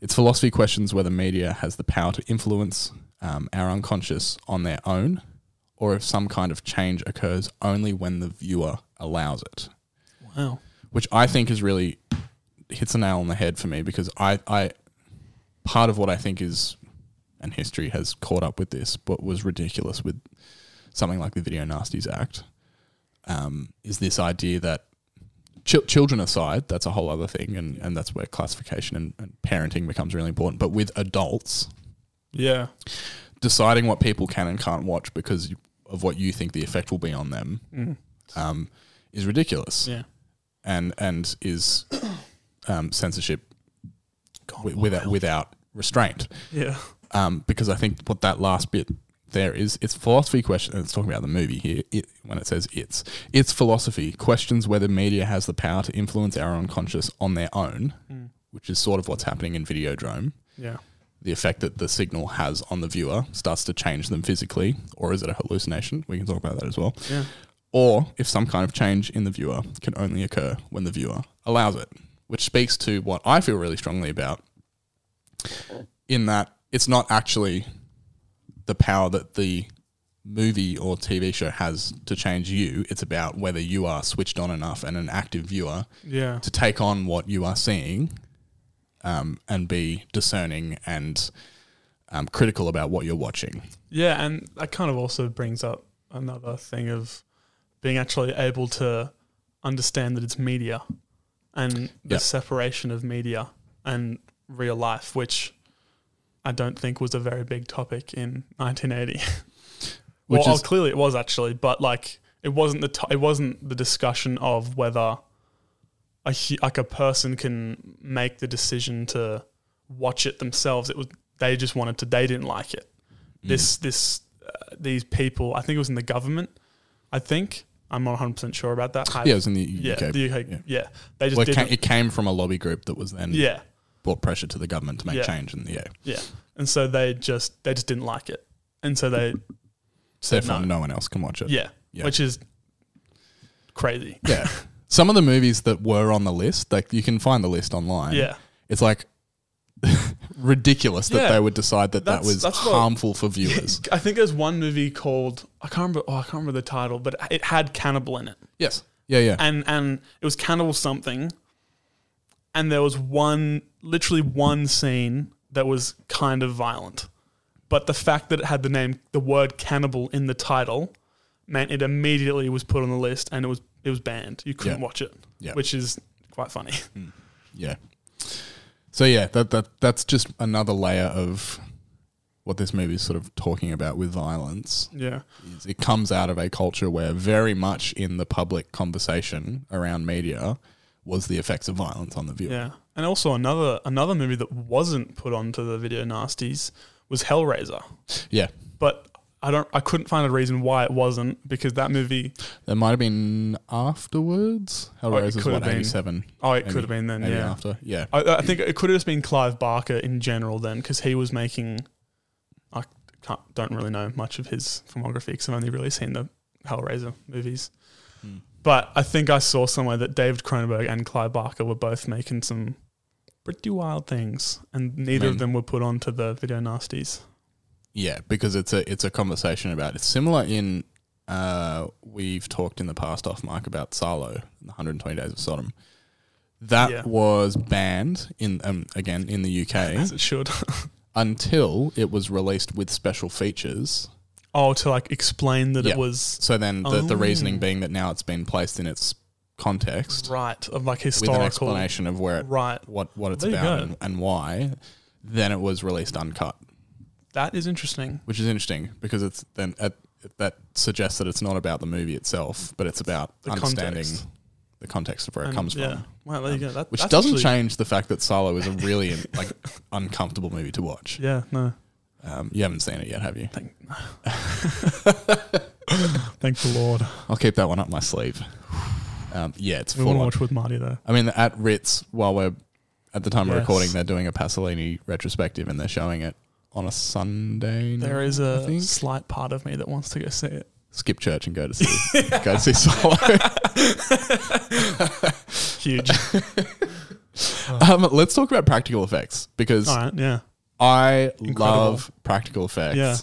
S1: Its philosophy questions whether media has the power to influence um, our unconscious on their own or if some kind of change occurs only when the viewer allows it.
S6: Wow.
S1: which I think is really hits the nail on the head for me because I, I part of what I think is and history has caught up with this, but was ridiculous with something like the Video Nasties Act, um, is this idea that chil children aside, that's a whole other thing, and, and that's where classification and, and parenting becomes really important. But with adults,
S6: Yeah.
S1: deciding what people can and can't watch because of what you think the effect will be on them um, is ridiculous
S6: Mm. Yeah.
S1: and and is um, censorship wi- without without restraint.
S6: Yeah.
S1: Um, because I think what that last bit there is, it's philosophy question. And it's talking about the movie here it, when it says it's its philosophy questions whether media has the power to influence our unconscious on their own, which is sort of what's happening in Videodrome.
S6: Yeah.
S1: The effect that the signal has on the viewer starts to change them physically, or is it a hallucination? We can talk about that as well.
S6: Yeah.
S1: Or if some kind of change in the viewer can only occur when the viewer allows it, which speaks to what I feel really strongly about in that it's not actually the power that the movie or TV show has to change you. It's about whether you are switched on enough and an active viewer
S6: Yeah.
S1: to take on what you are seeing um, and be discerning and um, critical about what you're watching.
S6: Yeah, and that kind of also brings up another thing of being actually able to understand that it's media and the
S1: Yeah.
S6: separation of media and real life, which I don't think was a very big topic in 1980.
S1: Which
S6: well, oh,
S1: is-
S6: clearly it was actually, but like it wasn't the to- it wasn't the discussion of whether a hu- like a person can make the decision to watch it themselves. It was they just wanted to. They didn't like it.
S1: Mm.
S6: This this uh, these people. I think it was in the government. I think I'm not 100 percent sure about that. I-
S1: Yeah, it was in the
S6: yeah,
S1: UK.
S6: the UK, yeah.
S1: Yeah.
S6: They just
S1: Well, it,
S6: didn't.
S1: came, it came from a lobby group that was then
S6: yeah,
S1: brought pressure to the government to make
S6: Yeah.
S1: change in the yeah.
S6: yeah. And so they just they just didn't like it. And so they
S1: So therefore, no. one else can watch it.
S6: yeah,
S1: Yeah.
S6: which is crazy.
S1: yeah. Some of the movies that were on the list, like you can find the list online.
S6: Yeah.
S1: it's like ridiculous that
S6: Yeah.
S1: they would decide that
S6: That's-
S1: that was
S6: that's what-
S1: harmful for viewers.
S6: I think there's one movie called I can't remember. Oh, I can't remember the title, but it had cannibal in it,
S1: yes. Yeah, yeah.
S6: and and it was cannibal something. And there was one, literally one scene that was kind of violent, but the fact that it had the name, the word cannibal in the title, meant it immediately was put on the list, and it was it was banned. You couldn't
S1: Yeah.
S6: watch it,
S1: Yeah.
S6: which is quite funny.
S1: Yeah. So yeah, that that that's just another layer of what this movie is sort of talking about with violence.
S6: Yeah,
S1: is it comes out of a culture where very much in the public conversation around media was the effects of violence on the viewer.
S6: yeah. And also another another movie that wasn't put onto the video nasties was Hellraiser.
S1: Yeah.
S6: but I don't. I couldn't find a reason why it wasn't because that movie.
S1: That might have been afterwards. Hellraiser's
S6: could have
S1: what,
S6: been.
S1: 87?
S6: Oh, it
S1: Maybe-
S6: could have been then.
S1: maybe
S6: yeah.
S1: after. Yeah.
S6: I, I think it could have just been Clive Barker in general then because he was making. I can't, don't really know much of his filmography because I've only really seen the Hellraiser movies.
S1: Hmm.
S6: But I think I saw somewhere that David Cronenberg and Clive Barker were both making some pretty wild things, and neither
S1: Man.
S6: of them were put onto the video nasties.
S1: Yeah, because it's a it's a conversation about it's similar in uh, we've talked in the past off Mike about Salo, 120 Days of Sodom. That
S6: Yeah.
S1: was banned in um, again in the UK
S6: As it should.
S1: until it was released with special features.
S6: oh, to like explain that
S1: Yeah.
S6: it was
S1: So then the, the
S6: Oh.
S1: reasoning being that now it's been placed in its context
S6: right of like
S1: with
S6: historical
S1: an explanation of where it
S6: Right.
S1: what what it's
S6: There you
S1: about
S6: go.
S1: and, and why, then it was released uncut,
S6: That is interesting.
S1: which is interesting because it's then at, that suggests that it's not about the movie itself, but it's about
S6: The
S1: understanding
S6: context.
S1: the context of where it
S6: And,
S1: comes
S6: yeah.
S1: from.
S6: Wow, there you go. That,
S1: Which
S6: that's
S1: doesn't
S6: actually-
S1: change the fact that Silo is a really like uncomfortable movie to watch.
S6: Yeah, no.
S1: Um, you haven't seen it yet, have you?
S6: Thank, thank the Lord.
S1: I'll keep that one up my sleeve. Um, yeah, it's
S6: We
S1: full
S6: want to
S1: on.
S6: watch with Marty though.
S1: I mean, at Ritz, while we're at the time of
S6: Yes.
S1: recording, they're doing a Pasolini retrospective and they're showing it on a Sunday.
S6: There
S1: night,
S6: is
S1: I
S6: a
S1: think.
S6: slight part of me that wants to go see it.
S1: skip church and go to see go to see Solo.
S6: Huge.
S1: um, let's talk about practical effects because
S6: All right. Yeah.
S1: I
S6: Incredible.
S1: love practical effects.
S6: Yeah.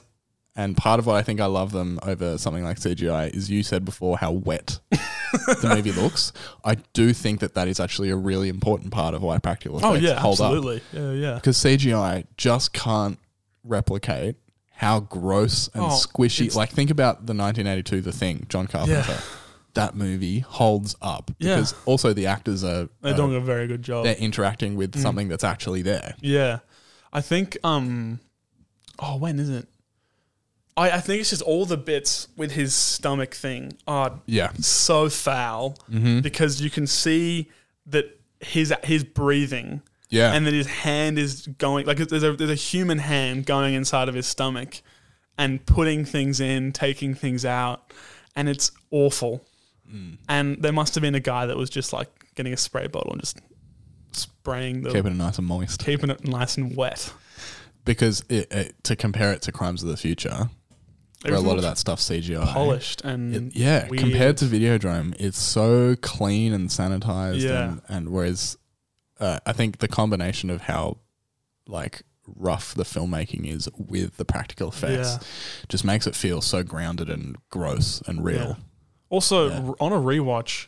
S1: And part of what I think I love them over something like CGI is you said before how wet the movie looks. I do think that that is actually a really important part of why practical effects
S6: Oh yeah,
S1: hold up.
S6: absolutely. Yeah, yeah.
S1: Because CGI just can't replicate how gross and
S6: Oh,
S1: squishy.
S6: it's-
S1: Like think about the 1982 The Thing, John Carpenter. That movie holds up
S6: Yeah.
S1: because also the actors are
S6: They're
S1: are-
S6: doing a very good job.
S1: they're interacting with
S6: Mm.
S1: something that's actually there.
S6: Yeah. I think um oh when is it? I, I think it's just all the bits with his stomach thing are
S1: Yeah.
S6: so foul
S1: Mm-hmm.
S6: because you can see that his his breathing
S1: Yeah.
S6: and then his hand is going like there's a there's a human hand going inside of his stomach and putting things in, taking things out, and it's awful.
S1: Mm.
S6: And there must have been a guy that was just like getting a spray bottle and just spraying the
S1: Keeping it nice and moist.
S6: keeping it nice and wet.
S1: because it, it, to compare it to Crimes of the Future, where a
S6: Everything
S1: lot of
S6: looks
S1: that stuff CGI
S6: polished and
S1: Yeah,
S6: weird.
S1: compared to Videodrome, it's so clean and sanitized,
S6: Yeah.
S1: and, and whereas uh, I think the combination of how like rough the filmmaking is with the practical effects
S6: Yeah.
S1: just makes it feel so grounded and gross and real.
S6: also r- on a rewatch,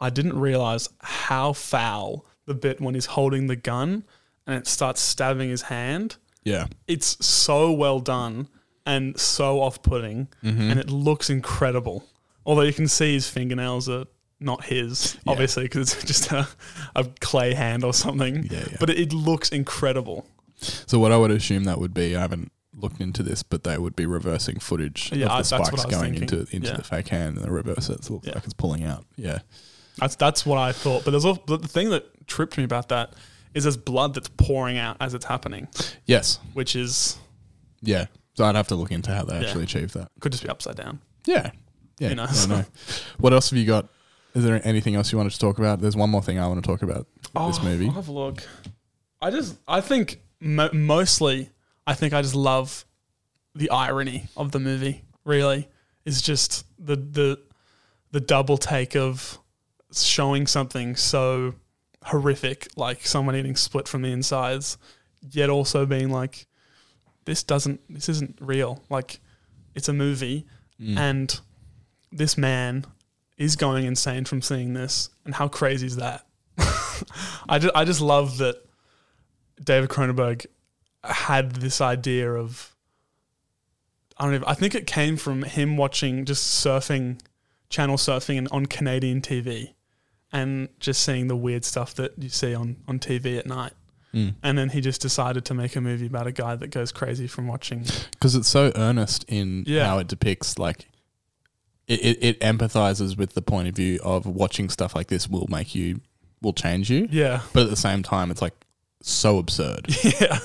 S6: I didn't realize how foul the bit when he's holding the gun and it starts stabbing his hand.
S1: Yeah,
S6: It's so well done and so off-putting,
S1: Mm-hmm.
S6: and it looks incredible. Although you can see his fingernails are not his, obviously, because it's just a, a clay hand or something.
S1: Yeah, yeah.
S6: But it, it looks incredible.
S1: So what I would assume that would be, I haven't looked into this, but they would be reversing footage
S6: Yeah,
S1: of the
S6: I- that's what
S1: spikes
S6: I was
S1: going
S6: thinking.
S1: into into
S6: Yeah.
S1: the fake hand and they reverse it. So it looks
S6: Yeah.
S1: like it's pulling out. Yeah.
S6: That's that's what I thought. But there's also, but the thing that tripped me about that is there's blood that's pouring out as it's happening,
S1: Yes.
S6: which is
S1: Yeah. So I'd have to look into how they actually achieved that.
S6: could just be upside down.
S1: Yeah. Yeah.
S6: You know.
S1: I don't know. What else have you got? Is there anything else you wanted to talk about? There's one more thing I want to talk about with this movie.
S6: Oh, I'll have a look. I just I think mo- mostly I think I just love the irony of the movie. Really, is just the the the double take of showing something so horrific, like someone eating split from the insides, yet also being like, this doesn't, this isn't real. Like, it's a movie,
S1: Mm.
S6: and this man is going insane from seeing this, and how crazy is that? I just, I just love that David Cronenberg had this idea of. I don't even, I think it came from him watching just surfing, channel surfing, and on Canadian TV, and just seeing the weird stuff that you see on on TV at night. And then he just decided to make a movie about a guy that goes crazy from watching.
S1: Because it's so earnest in
S6: Yeah.
S1: how it depicts, like, it, it, it empathizes with the point of view of watching stuff like this will make you, will change you.
S6: Yeah,
S1: But at the same time, it's like so absurd.
S6: yeah,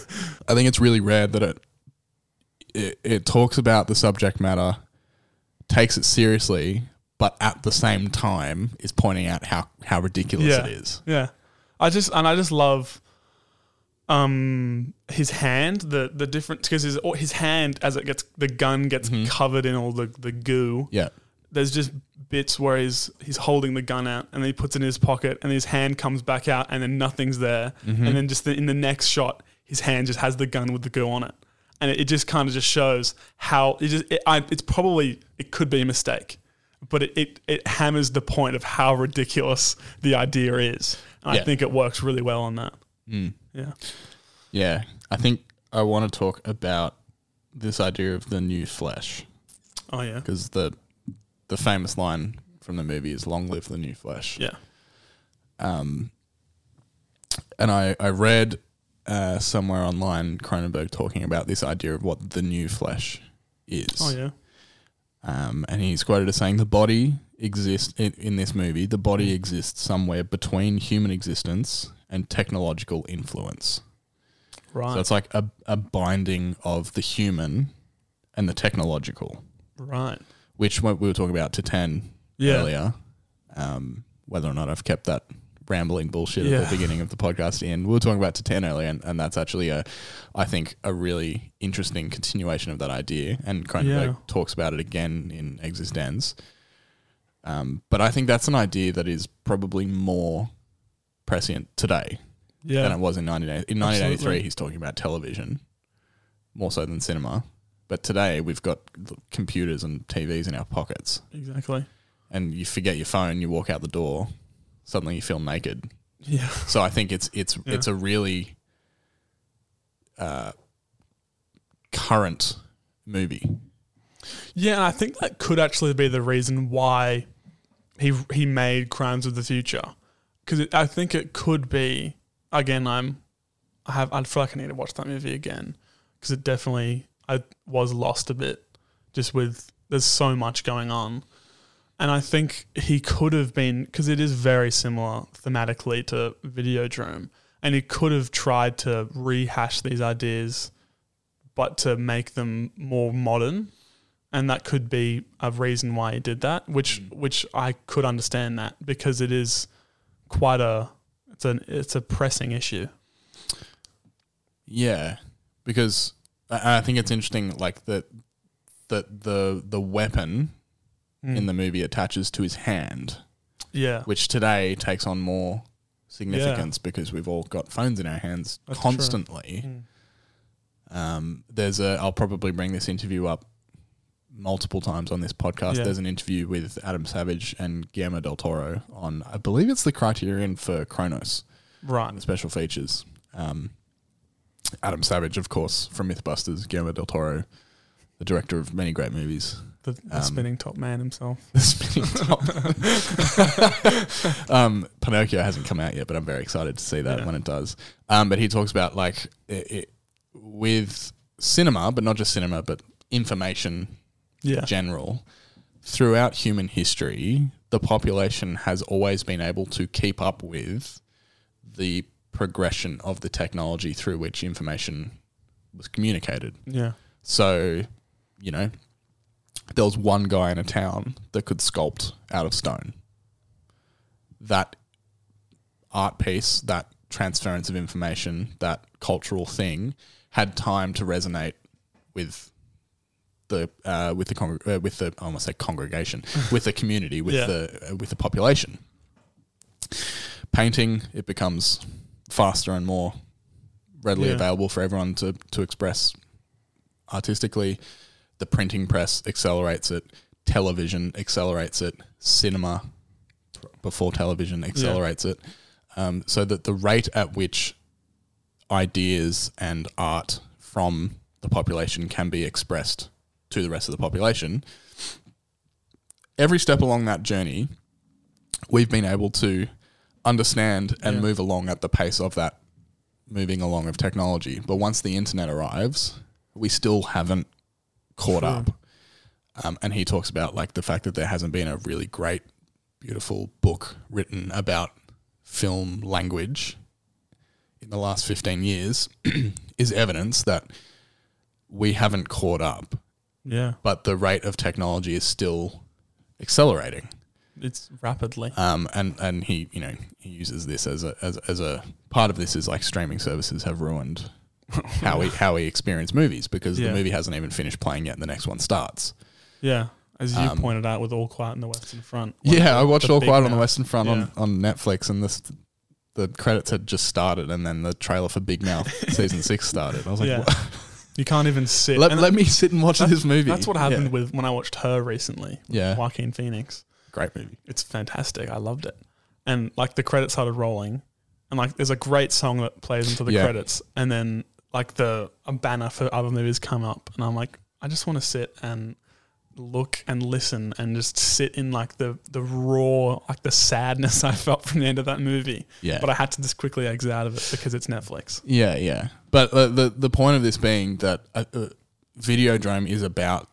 S1: I think it's really rare that it, it it talks about the subject matter, takes it seriously, but at the same time is pointing out how how ridiculous
S6: yeah,
S1: it is.
S6: Yeah, I just and I just love um his hand the the different because his or his hand as it gets the gun gets covered in all the the goo
S1: Yeah,
S6: there's just bits where he's he's holding the gun out and then he puts it in his pocket and his hand comes back out and then nothing's there
S1: Mm-hmm.
S6: and then just the, in the next shot his hand just has the gun with the goo on it and it, it just kind of just shows how it just it, I, it's probably it could be a mistake but it, it it hammers the point of how ridiculous the idea is and
S1: Yeah.
S6: I think it works really well on that yeah
S1: yeah. I think I want to talk about this idea of the new flesh
S6: oh yeah
S1: because the the famous line from the movie is "Long live the new flesh."
S6: yeah
S1: and I, I read uh, somewhere online Cronenberg talking about this idea of what the new flesh is.
S6: oh yeah
S1: Um, and he's quoted as saying, "The body exists in, in this movie. The body exists somewhere between human existence and technological influence.
S6: right
S1: So it's like a, a binding of the human and the technological,
S6: right
S1: which what we were talking about to ten
S6: Yeah.
S1: earlier. Um, whether or not I've kept that rambling bullshit at
S6: Yeah.
S1: the beginning of the podcast in, we were talking about to ten earlier, and, and that's actually a, I think, a really interesting continuation of that idea. And Cronenberg
S6: Yeah.
S1: talks about it again in Existence. Um, but I think that's an idea that is probably more prescient today
S6: yeah
S1: than it was in 1980. In 1983,
S6: Absolutely.
S1: he's talking about television more so than cinema. But today we've got computers and TVs in our pockets,
S6: Exactly.
S1: and you forget your phone, you walk out the door, suddenly you feel naked.
S6: Yeah.
S1: So I think it's it's it's a really uh, current movie.
S6: Yeah, and I think that could actually be the reason why he he made Crimes of the Future, because I think it could be. Again, I'm, I have I feel like I need to watch that movie again because it definitely I was lost a bit just with there's so much going on, and I think he could have been because it is very similar thematically to Videodrome, and he could have tried to rehash these ideas, but to make them more modern and that could be a reason why he did that which
S1: Mm.
S6: which I could understand that because it is quite a it's an it's a pressing issue
S1: Yeah, because I I think it's interesting, like that that the the weapon
S6: Hmm.
S1: in the movie attaches to his hand,
S6: yeah
S1: which today takes on more significance because we've all got phones in our hands constantly. Um, there's a I'll probably bring this interview up multiple times on this podcast.
S6: Yeah.
S1: There's an interview with Adam Savage and Guillermo del Toro on I believe it's the Criterion for Kronos
S6: right
S1: the special features. Um, Adam Savage, of course, from MythBusters. Guillermo del Toro, the director of many great movies.
S6: the,
S1: Um,
S6: the spinning top man himself
S1: The Spinning Top. um, Pinocchio hasn't come out yet, but I'm very excited to see that when it does. Um, but he talks about like it, it, with cinema, but not just cinema, but information
S6: yeah
S1: general, throughout human history, the population has always been able to keep up with the progression of the technology through which information was communicated.
S6: yeah
S1: So, you know, there was one guy in a town that could sculpt out of stone. That art piece, that transference of information, that cultural thing had time to resonate with the uh, with the con- uh, with the I almost say congregation with the community with
S6: Yeah.
S1: the uh, with the population. Painting it becomes faster and more readily
S6: Yeah.
S1: available for everyone to to express artistically. The printing press accelerates it. Television accelerates it. Cinema before television accelerates it. Um, so that the rate at which ideas and art from the population can be expressed to the rest of the population, every step along that journey, we've been able to understand and move along at the pace of that moving along of technology. But once the internet arrives, we still haven't caught up. Um, and he talks about like the fact that there hasn't been a really great, beautiful book written about film language in the last 15 years is evidence that we haven't caught up,
S6: yeah
S1: but the rate of technology is still accelerating.
S6: it's rapidly
S1: Um, and and he you know he uses this as a as, as a part of this is like streaming services have ruined how we how we experience movies because
S6: Yeah.
S1: the movie hasn't even finished playing yet and the next one starts.
S6: yeah as you pointed out with all quiet on the western front
S1: um, yeah, I watched
S6: the
S1: All
S6: big
S1: Quiet on the
S6: mouth.
S1: Western Front
S6: Yeah.
S1: on, on Netflix and this the credits had just started and then the trailer for Big Mouth season six started. I was like,
S6: Yeah.
S1: "What?"
S6: you can't even sit
S1: let,
S6: and
S1: let me sit and watch this movie.
S6: that's what happened
S1: Yeah.
S6: with when I watched her recently
S1: Yeah.
S6: Joaquin Phoenix
S1: great movie.
S6: it's fantastic. I loved it. And like the credits started rolling, and like there's a great song that plays into the
S1: Yeah.
S6: credits, and then like the a banner for other movies come up, and I'm like, I just want to sit and look and listen and just sit in like the the raw like the sadness I felt from the end of that movie.
S1: Yeah.
S6: But I had to just quickly exit out of it because it's Netflix.
S1: Yeah, yeah. But uh, the the point of this being that uh, uh, Videodrome is about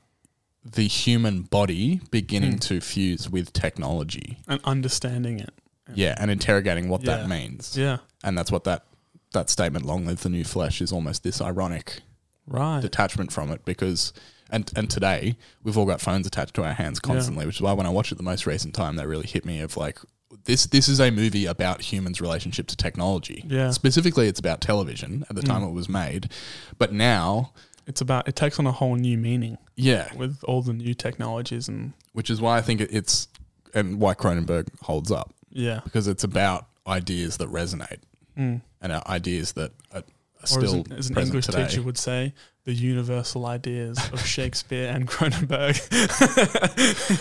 S1: the human body
S6: Hmm.
S1: beginning to fuse with technology.
S6: And understanding it.
S1: Yeah, and interrogating what
S6: Yeah.
S1: that means.
S6: Yeah.
S1: And that's what that that statement "Long live the new flesh" is almost this ironic
S6: Right.
S1: detachment from it because and and today we've all got phones attached to our hands constantly, which is why when I watched it the most recent time, that really hit me of like this this is a movie about humans' relationship to technology.
S6: Yeah. Mm.
S1: Specifically, it's about television at the time it was made, but now,
S6: It's about it takes on a whole new meaning
S1: yeah,
S6: with all the new technologies and
S1: which is why I think it- it's and why Cronenberg holds up
S6: yeah.
S1: because it's about ideas that resonate and uh, ideas that are,
S6: Mm. or as
S1: still
S6: an, as an
S1: present
S6: English
S1: today.
S6: teacher would say, the universal ideas of Shakespeare and Cronenberg.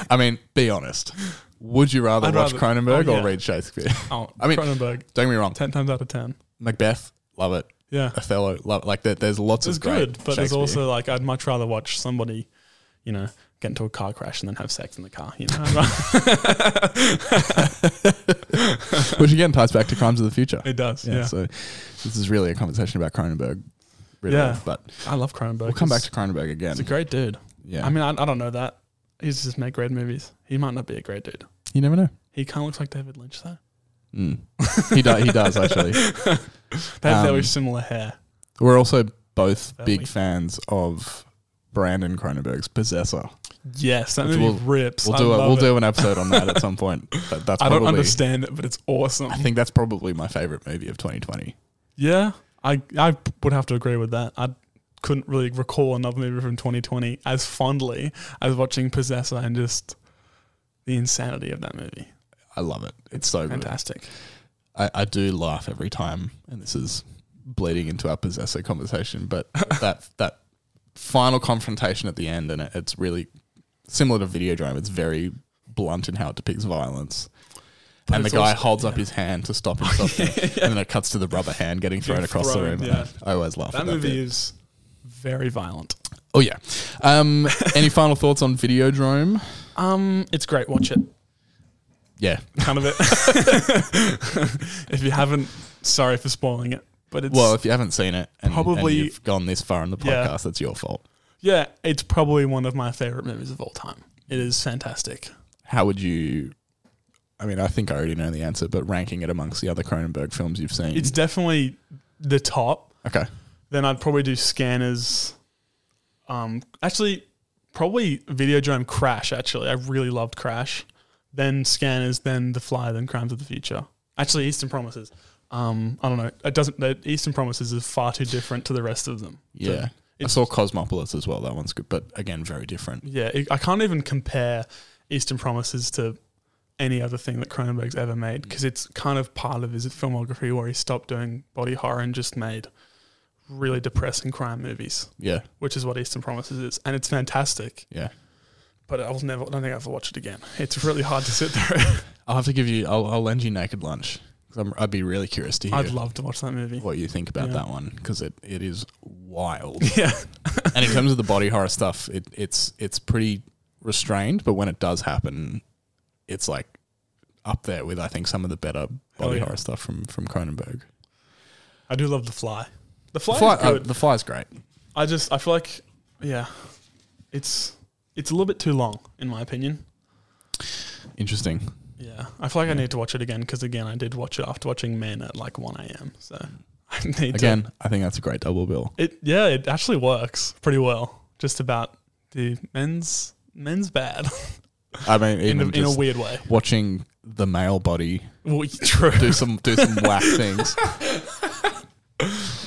S1: I mean, be honest. Would you rather
S6: I'd
S1: watch
S6: rather-
S1: Cronenberg
S6: oh,
S1: or
S6: yeah.
S1: read Shakespeare?
S6: Oh,
S1: I mean,
S6: Cronenberg.
S1: Don't get me wrong.
S6: Ten times out of ten.
S1: Macbeth, love it.
S6: Yeah.
S1: Othello, love like there, there's lots
S6: It's
S1: of great
S6: good, but there's
S1: Shakespeare.
S6: also like I'd much rather watch somebody, you know, get into a car crash and then have sex in the car. You know,
S1: which again ties back to Crimes of the Future.
S6: it does.
S1: Yeah,
S6: Yeah,
S1: So this is really a conversation about Cronenberg. Really,
S6: Yeah.
S1: But
S6: I love Cronenberg.
S1: we'll come back to Cronenberg again.
S6: He's a great dude.
S1: Yeah.
S6: I mean, I, I don't know that. He's just made great movies. He might not be a great dude.
S1: you never know.
S6: He kind of looks like David Lynch though.
S1: He does. He does actually.
S6: They have very
S1: Um,
S6: similar hair.
S1: We're also both
S6: Family.
S1: big fans of Brandon Cronenberg's Possessor.
S6: Yes, that
S1: which
S6: movie
S1: we'll-
S6: rips.
S1: We'll
S6: I
S1: do a,
S6: love
S1: We'll
S6: it.
S1: do an episode on that at some point. But that's
S6: I
S1: probably,
S6: don't understand it, but it's awesome.
S1: I think that's probably my favorite movie of 2020.
S6: Yeah, I I would have to agree with that. I couldn't really recall another movie from 2020 as fondly as watching Possessor and just the insanity of that movie.
S1: I love it. It's so good.
S6: Fantastic.
S1: I, I do laugh every time, and this is bleeding into our possessor conversation, but that that final confrontation at the end, and it, it's really similar to Videodrome. It's very blunt in how it depicts violence. and the
S6: it's
S1: guy
S6: also-
S1: holds up his hand to stop himself, and then it cuts to the rubber hand getting thrown
S6: Getting
S1: across
S6: thrown,
S1: the room.
S6: yeah.
S1: I always laugh.
S6: That
S1: at that
S6: movie
S1: bit.
S6: is very violent.
S1: Oh yeah. Um, any final thoughts on Videodrome?
S6: Um, it's great. Watch it.
S1: Yeah,
S6: Kind of it. if you haven't, sorry for spoiling it, but it's
S1: Well, if you haven't seen it and,
S6: Probably-
S1: and you've gone this far in the
S6: Yeah.
S1: podcast, that's your fault.
S6: yeah, it's probably one of my favorite movies of all time. It is fantastic.
S1: How would you? I mean, I think I already know the answer, but ranking it amongst the other Cronenberg films you've seen,
S6: It's definitely the top.
S1: okay.
S6: then I'd probably do scanners. Um, actually, probably Videodrome Crash. Actually, I really loved Crash. Then scanners, then The Fly, then Crimes of the Future. Actually, Eastern Promises. Um, I don't know. It doesn't. The Eastern Promises is far too different to the rest of them. So,
S1: Yeah, I saw Cosmopolis as well. That one's good, but again, very different.
S6: yeah. It, I can't even compare Eastern Promises to any other thing that Cronenberg's ever made because it's kind of part of his filmography where he stopped doing body horror and just made really depressing crime movies.
S1: Yeah,
S6: which is what Eastern Promises is, and it's fantastic.
S1: yeah.
S6: But I'll never, I don't think I'll ever watch it again. It's really hard to sit through.
S1: I'll have to give you. I'll, I'll lend you Naked Lunch. 'cause I'm, I'd be really curious to hear
S6: I'd love to watch that movie.
S1: what you think about
S6: Yeah.
S1: that one because it, it is wild.
S6: Yeah,
S1: and in terms of the body horror stuff, it, it's it's pretty restrained, but when it does happen, it's like up there with I think some of the better body
S6: yeah.
S1: horror stuff from from Cronenberg.
S6: I do love The Fly.
S1: The
S6: The Fly,
S1: fly,
S6: is
S1: uh,
S6: good.
S1: the fly's great.
S6: I just, I feel like, yeah, it's it's a little bit too long in my opinion.
S1: Interesting.
S6: Yeah, I feel like I need to watch it again because again, I did watch it after watching Men at like one a.m. So I need to-
S1: Again, I think that's a great double bill.
S6: It yeah, it actually works pretty well. Just about the men's men's bad
S1: I mean,
S6: in a,
S1: even
S6: in a
S1: just
S6: weird way.
S1: watching the male body
S6: Well, true.
S1: do some do some whack things.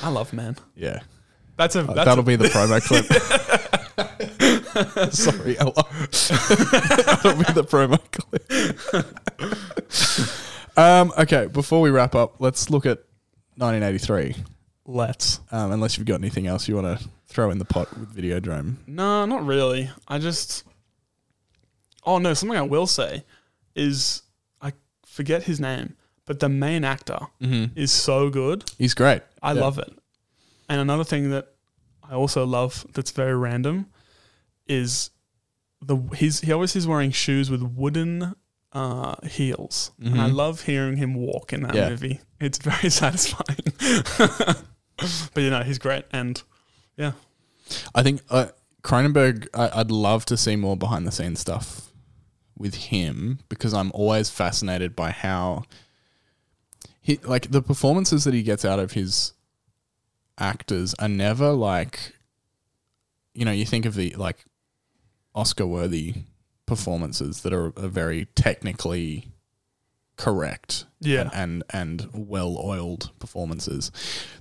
S6: I love men.
S1: Yeah,
S6: That's a that's a-
S1: Uh, that'll be the promo clip. Sorry, I that'll be the promo clip. um, okay, before we wrap up, let's look at 1983.
S6: Let's.
S1: Um, unless you've got anything else you want to throw in the pot with Videodrome.
S6: No, not really. I just. Oh no! Something I will say is I forget his name, but the main actor is so good.
S1: He's great.
S6: I
S1: Mm-hmm. Yeah.
S6: love it. And another thing that I also love that's very random is the his he always is wearing shoes with wooden uh, heels, and I love hearing him walk in that
S1: Mm-hmm. Yeah.
S6: movie. It's very satisfying. but you know he's great, and yeah,
S1: I think uh, Cronenberg. I, I'd love to see more behind the scenes stuff with him because I'm always fascinated by how he like the performances that he gets out of his actors are never like you know you think of the like Oscar worthy performances that are, are very technically correct
S6: Yeah.
S1: and and, and well oiled performances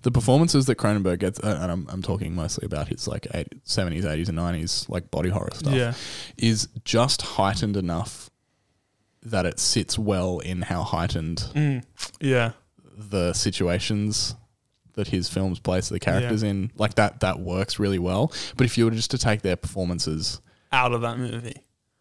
S1: the performances that Cronenberg gets uh, and I'm, I'm talking mostly about his like eight, 70s 80s and 90s like body horror stuff
S6: Yeah.
S1: is just heightened enough that it
S6: Mm.
S1: sits well in how heightened
S6: yeah.
S1: the situations that his films place the characters in. Like that that works really well. But if you were just to take their performances
S6: out of that movie.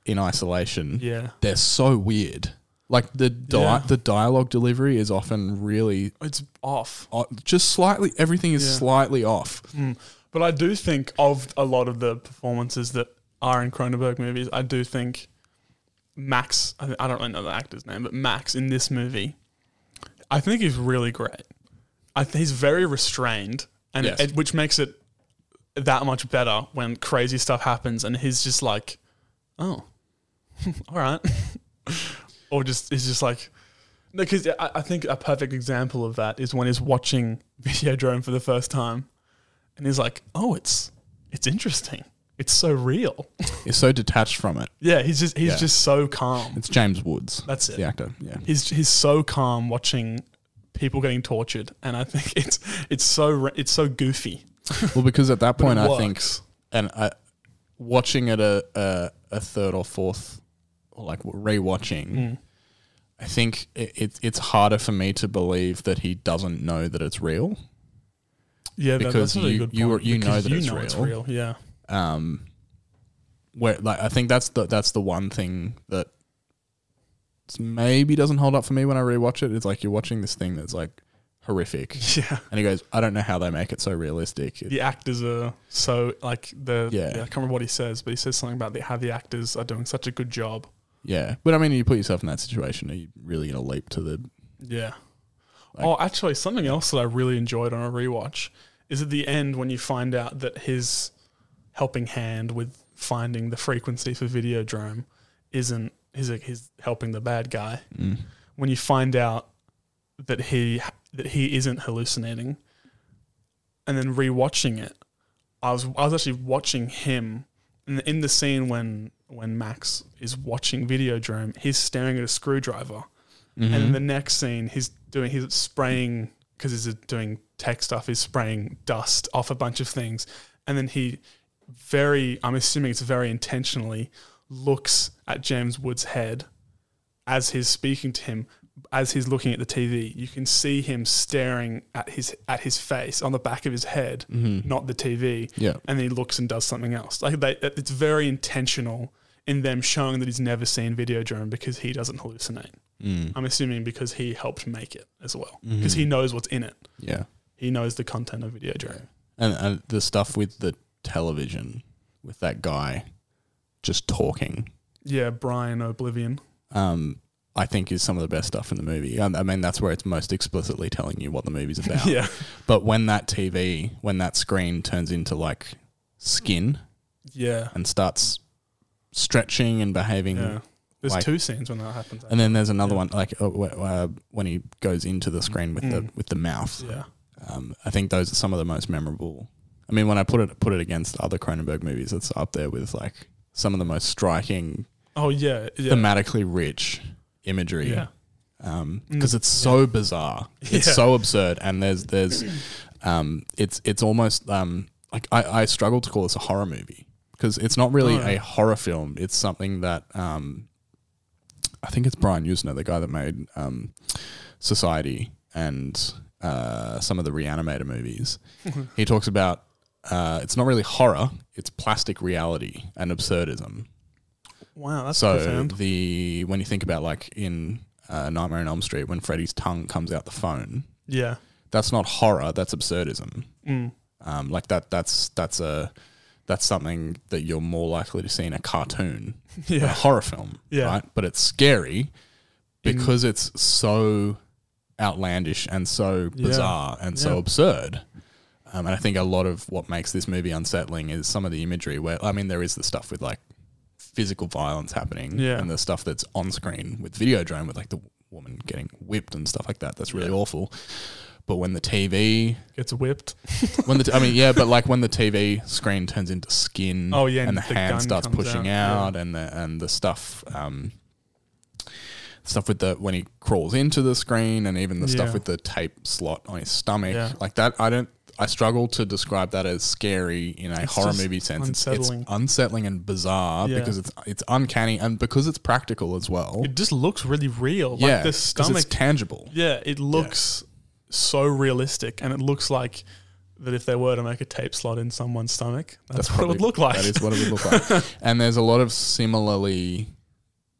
S1: in isolation,
S6: Yeah.
S1: they're so weird. Like the di-
S6: Yeah.
S1: the dialogue delivery is often really
S6: It's off.
S1: o- just slightly everything is
S6: Yeah. Mm.
S1: slightly off.
S6: But I do think of a lot of the performances that are in Cronenberg movies, I do think Max, I I don't really know the actor's name, but Max in this movie, I think he's really great. I th- he's very restrained, and
S1: Yes.
S6: it, which makes it that much better when crazy stuff happens and he's just like, oh, all right. or just, he's just like, because I, I think a perfect example of that is when he's watching Videodrome for the first time and he's like, "Oh, it's it's interesting. It's so real."
S1: It's so detached from it.
S6: yeah, he's just he's
S1: Yeah.
S6: just so calm.
S1: It's James Woods.
S6: That's it.
S1: The actor. Yeah.
S6: He's he's so calm watching people getting tortured, and I think it's it's so re- it's so goofy.
S1: Well, because at that point,
S6: it
S1: I think,
S6: works.
S1: and I, watching it a, a a third or fourth, or like rewatching,
S6: Mm.
S1: I think it, it it's harder for me to believe that he doesn't know that it's real.
S6: Yeah,
S1: that- Because
S6: that's a
S1: that's a really you-
S6: good
S1: good you- point, you know because that you it's know it's real.
S6: Yeah,
S1: Um, where like I think that's the that's the one thing that s- maybe doesn't hold up for me when I rewatch it. It's like you're watching this thing that's like horrific,
S6: yeah.
S1: and he goes, "I don't know how they make it so realistic." It-
S6: The actors are so like the yeah.
S1: Yeah.
S6: I can't remember what he says, but he says something about the, how the actors are doing such a good job.
S1: yeah, but I mean, you put yourself in that situation, are you really gonna leap to the
S6: Yeah. oh, actually, something else that I really enjoyed on a rewatch is at the end when you find out that his helping hand with finding the frequency for Videodrome isn't he's like he's helping the bad guy. When you find out that he that he isn't hallucinating, and then rewatching it, I was I was actually watching him in the, in the scene when when Max is watching Videodrome, he's staring at a screwdriver. And in the next scene, he's doing he's spraying because he's uh, doing tech stuff. He's spraying dust off a bunch of things, and then he very I'm assuming it's very intentionally looks at James Wood's head as he's speaking to him. As he's looking at the TV, you can see him staring at his at his face on the back of his head, not the TV.
S1: Mm-hmm. Yeah.
S6: and then he looks and does something else. Like they, it's very intentional in them showing that he's never seen Videodrome because he doesn't hallucinate.
S1: Mm.
S6: I'm assuming because he helped make it as well,
S1: Mm-hmm.
S6: because he knows what's in it.
S1: yeah?
S6: He knows the content of Video Drone.
S1: and, and the stuff with the television with that guy just talking
S6: Yeah, Brian Oblivion.
S1: um i think is some of the best stuff in the movie And, i mean that's where it's most explicitly telling you what the movie's about
S6: Yeah.
S1: but when that tv when that screen turns into like skin
S6: Yeah,
S1: and starts stretching and behaving
S6: yeah. There's
S1: Like-
S6: two scenes when that happens.
S1: and then there's another one like uh, wh- uh, when he goes into the screen with the with the mouth
S6: Mm. yeah,
S1: um, I think those are some of the most memorable. I mean, when I put it put it against other Cronenberg movies, it's up there with like some of the most striking,
S6: oh yeah, yeah,
S1: thematically rich imagery.
S6: yeah. Mm.
S1: Because it's so bizarre, it's
S6: Yeah.
S1: so absurd, and there's there's, um, it's it's almost um like I, I struggle to call this a horror movie because it's not really
S6: Oh.
S1: a horror film. It's something that um, I think it's Brian Usner, the guy that made um, Society and uh, some of the Reanimator movies. he talks about uh, it's not really horror; it's plastic reality and absurdism.
S6: Wow, that's
S1: So
S6: profound.
S1: the when you think about like in uh, Nightmare on Elm Street when Freddy's tongue comes out the phone,
S6: Yeah,
S1: that's not horror. That's absurdism.
S6: Mm.
S1: Um, like that. That's that's a that's something that you're more likely to see in a cartoon, than
S6: Yeah.
S1: a horror film,
S6: Yeah.
S1: right? But it's scary because it's so outlandish and so bizarre and so
S6: Yeah.
S1: absurd. Um, and I think a lot of what makes this movie unsettling is some of the imagery. Where I mean, there is the stuff with like physical violence happening,
S6: Yeah.
S1: and the stuff that's on screen with Videodrome, with like the woman getting whipped and stuff like that. That's really awful. But when the TV,
S6: gets whipped.
S1: when the t- I mean, yeah, but like when the TV screen turns into skin,
S6: Oh, yeah,
S1: and
S6: and
S1: the,
S6: the gun
S1: hand starts
S6: comes
S1: pushing out,
S6: out,
S1: and the and the stuff, um, stuff with the when he crawls into the screen, and even the
S6: Yeah.
S1: stuff with the tape slot on his stomach,
S6: Yeah.
S1: like that. I don't. I struggle to describe that as scary in a horror
S6: just
S1: movie sense. It's-
S6: unsettling.
S1: It's, unsettling and bizarre
S6: Yeah.
S1: because it's it's uncanny and because it's practical as well.
S6: it just looks really real.
S1: yeah,
S6: like the
S1: 'cause
S6: stomach.
S1: it's tangible.
S6: yeah, it looks so realistic, and it looks like that if they were to make a tape slot in someone's stomach, that's, what it would
S1: probably-
S6: look like.
S1: That is what it would look like. and there's a lot of similarly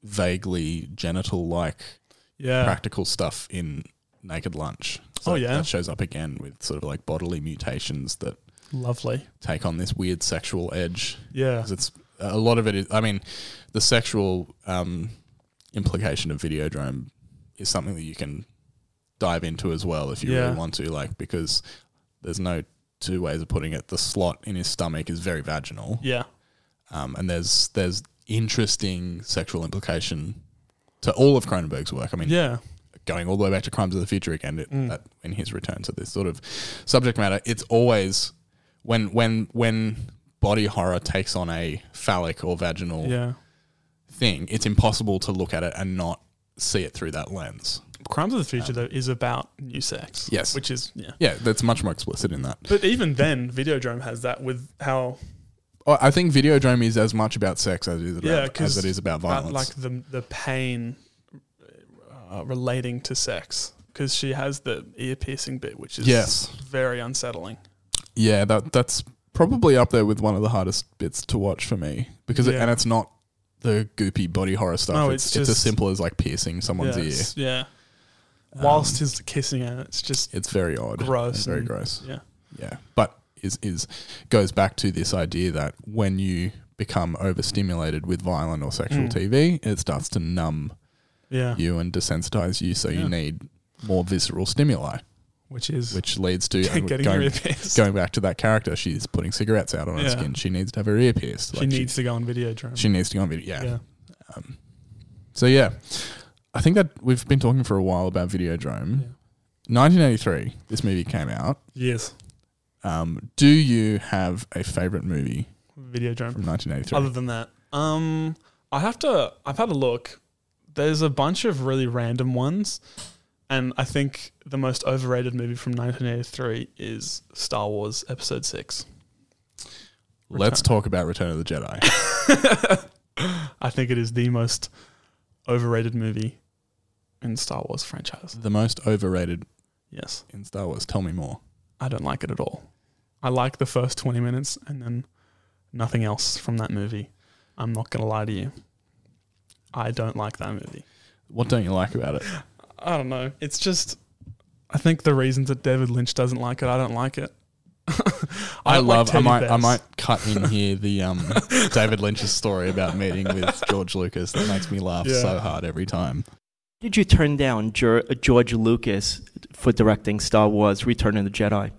S1: vaguely genital like
S6: yeah,
S1: practical stuff in Naked Lunch.
S6: Oh, yeah.
S1: That shows up again with sort of like bodily mutations that
S6: lovely.
S1: take on this weird sexual edge.
S6: Yeah,
S1: 'Cause it's a lot of it is, I mean, the sexual um, implication of Videodrome is something that you can dive into as well if you
S6: Yeah.
S1: really want to, like, because there's no two ways of putting it. The slot in his stomach is very vaginal.
S6: yeah,
S1: Um, and there's there's interesting sexual implication to all of Cronenberg's work. I mean,
S6: yeah, Mm.
S1: going all the way back to Crimes of the Future again, it, that, in his return to this sort of subject matter, it's always when when when body horror takes on a phallic or vaginal
S6: yeah.
S1: thing, it's impossible to look at it and not see it through that lens.
S6: Crimes of the Future though is about new sex.
S1: Um, Yes.
S6: which is yeah.
S1: Yeah, that's much more explicit in that.
S6: But even then, Videodrome has that with how
S1: Oh, I think Videodrome is as much about sex as it is about,
S6: yeah,
S1: as
S6: because
S1: it is about violence.
S6: like the the pain uh, relating to sex, because she has the ear piercing bit, which is
S1: Yes.
S6: very unsettling.
S1: yeah, that that's probably up there with one of the hardest bits to watch for me because it,
S6: Yeah.
S1: and it's not the goopy body horror stuff.
S6: No,
S1: it's,
S6: it's
S1: it's, as
S6: just-
S1: simple as like piercing someone's
S6: yeah,
S1: ear.
S6: it's- yeah. Whilst he's kissing her, it's just
S1: Um, It's very odd.
S6: Gross
S1: It's very
S6: and-
S1: gross.
S6: yeah,
S1: Yeah. But is is goes back to this idea that when you become overstimulated with violent or sexual
S6: Mm.
S1: TV, it starts to numb
S6: yeah,
S1: you and desensitize you so you need more visceral stimuli,
S6: which is
S1: which leads to and
S6: Getting your
S1: going,
S6: ear pierced.
S1: going back to that character, she's putting cigarettes out on her
S6: Yeah.
S1: skin. She needs to have her ear pierced.
S6: she
S1: Like,
S6: needs to go on Videodrome.
S1: she needs to go on video. Yeah.
S6: yeah,
S1: So yeah. I think that we've been talking for a while about Videodrome. 1983, this movie came out.
S6: yes,
S1: Um, do you have a favorite movie
S6: Videodrome.
S1: from 1983?
S6: Other than that, um, I have to. I've had a look. There's a bunch of really random ones, and I think the most overrated movie from 1983 is Star Wars Episode Six.
S1: Let's talk about Return of the Jedi.
S6: I think it is the most overrated movie in Star Wars franchise.
S1: the most overrated
S6: Yes,
S1: in Star Wars. Tell me more.
S6: I don't like it at all. I like the first 20 minutes and then nothing else from that movie. I'm not gonna lie to you. I don't like that movie.
S1: What don't you like about it?
S6: I don't know. It's just, I think the reasons that David Lynch doesn't like it, I don't like it.
S1: I,
S6: don't like
S1: love. I
S6: teddy
S1: might. I
S6: bears.
S1: might cut in here the um, David Lynch's story about meeting with George Lucas. That makes me laugh
S6: Yeah.
S1: so hard every time.
S11: Did you turn down Ger- George Lucas for directing Star Wars: Return of the Jedi?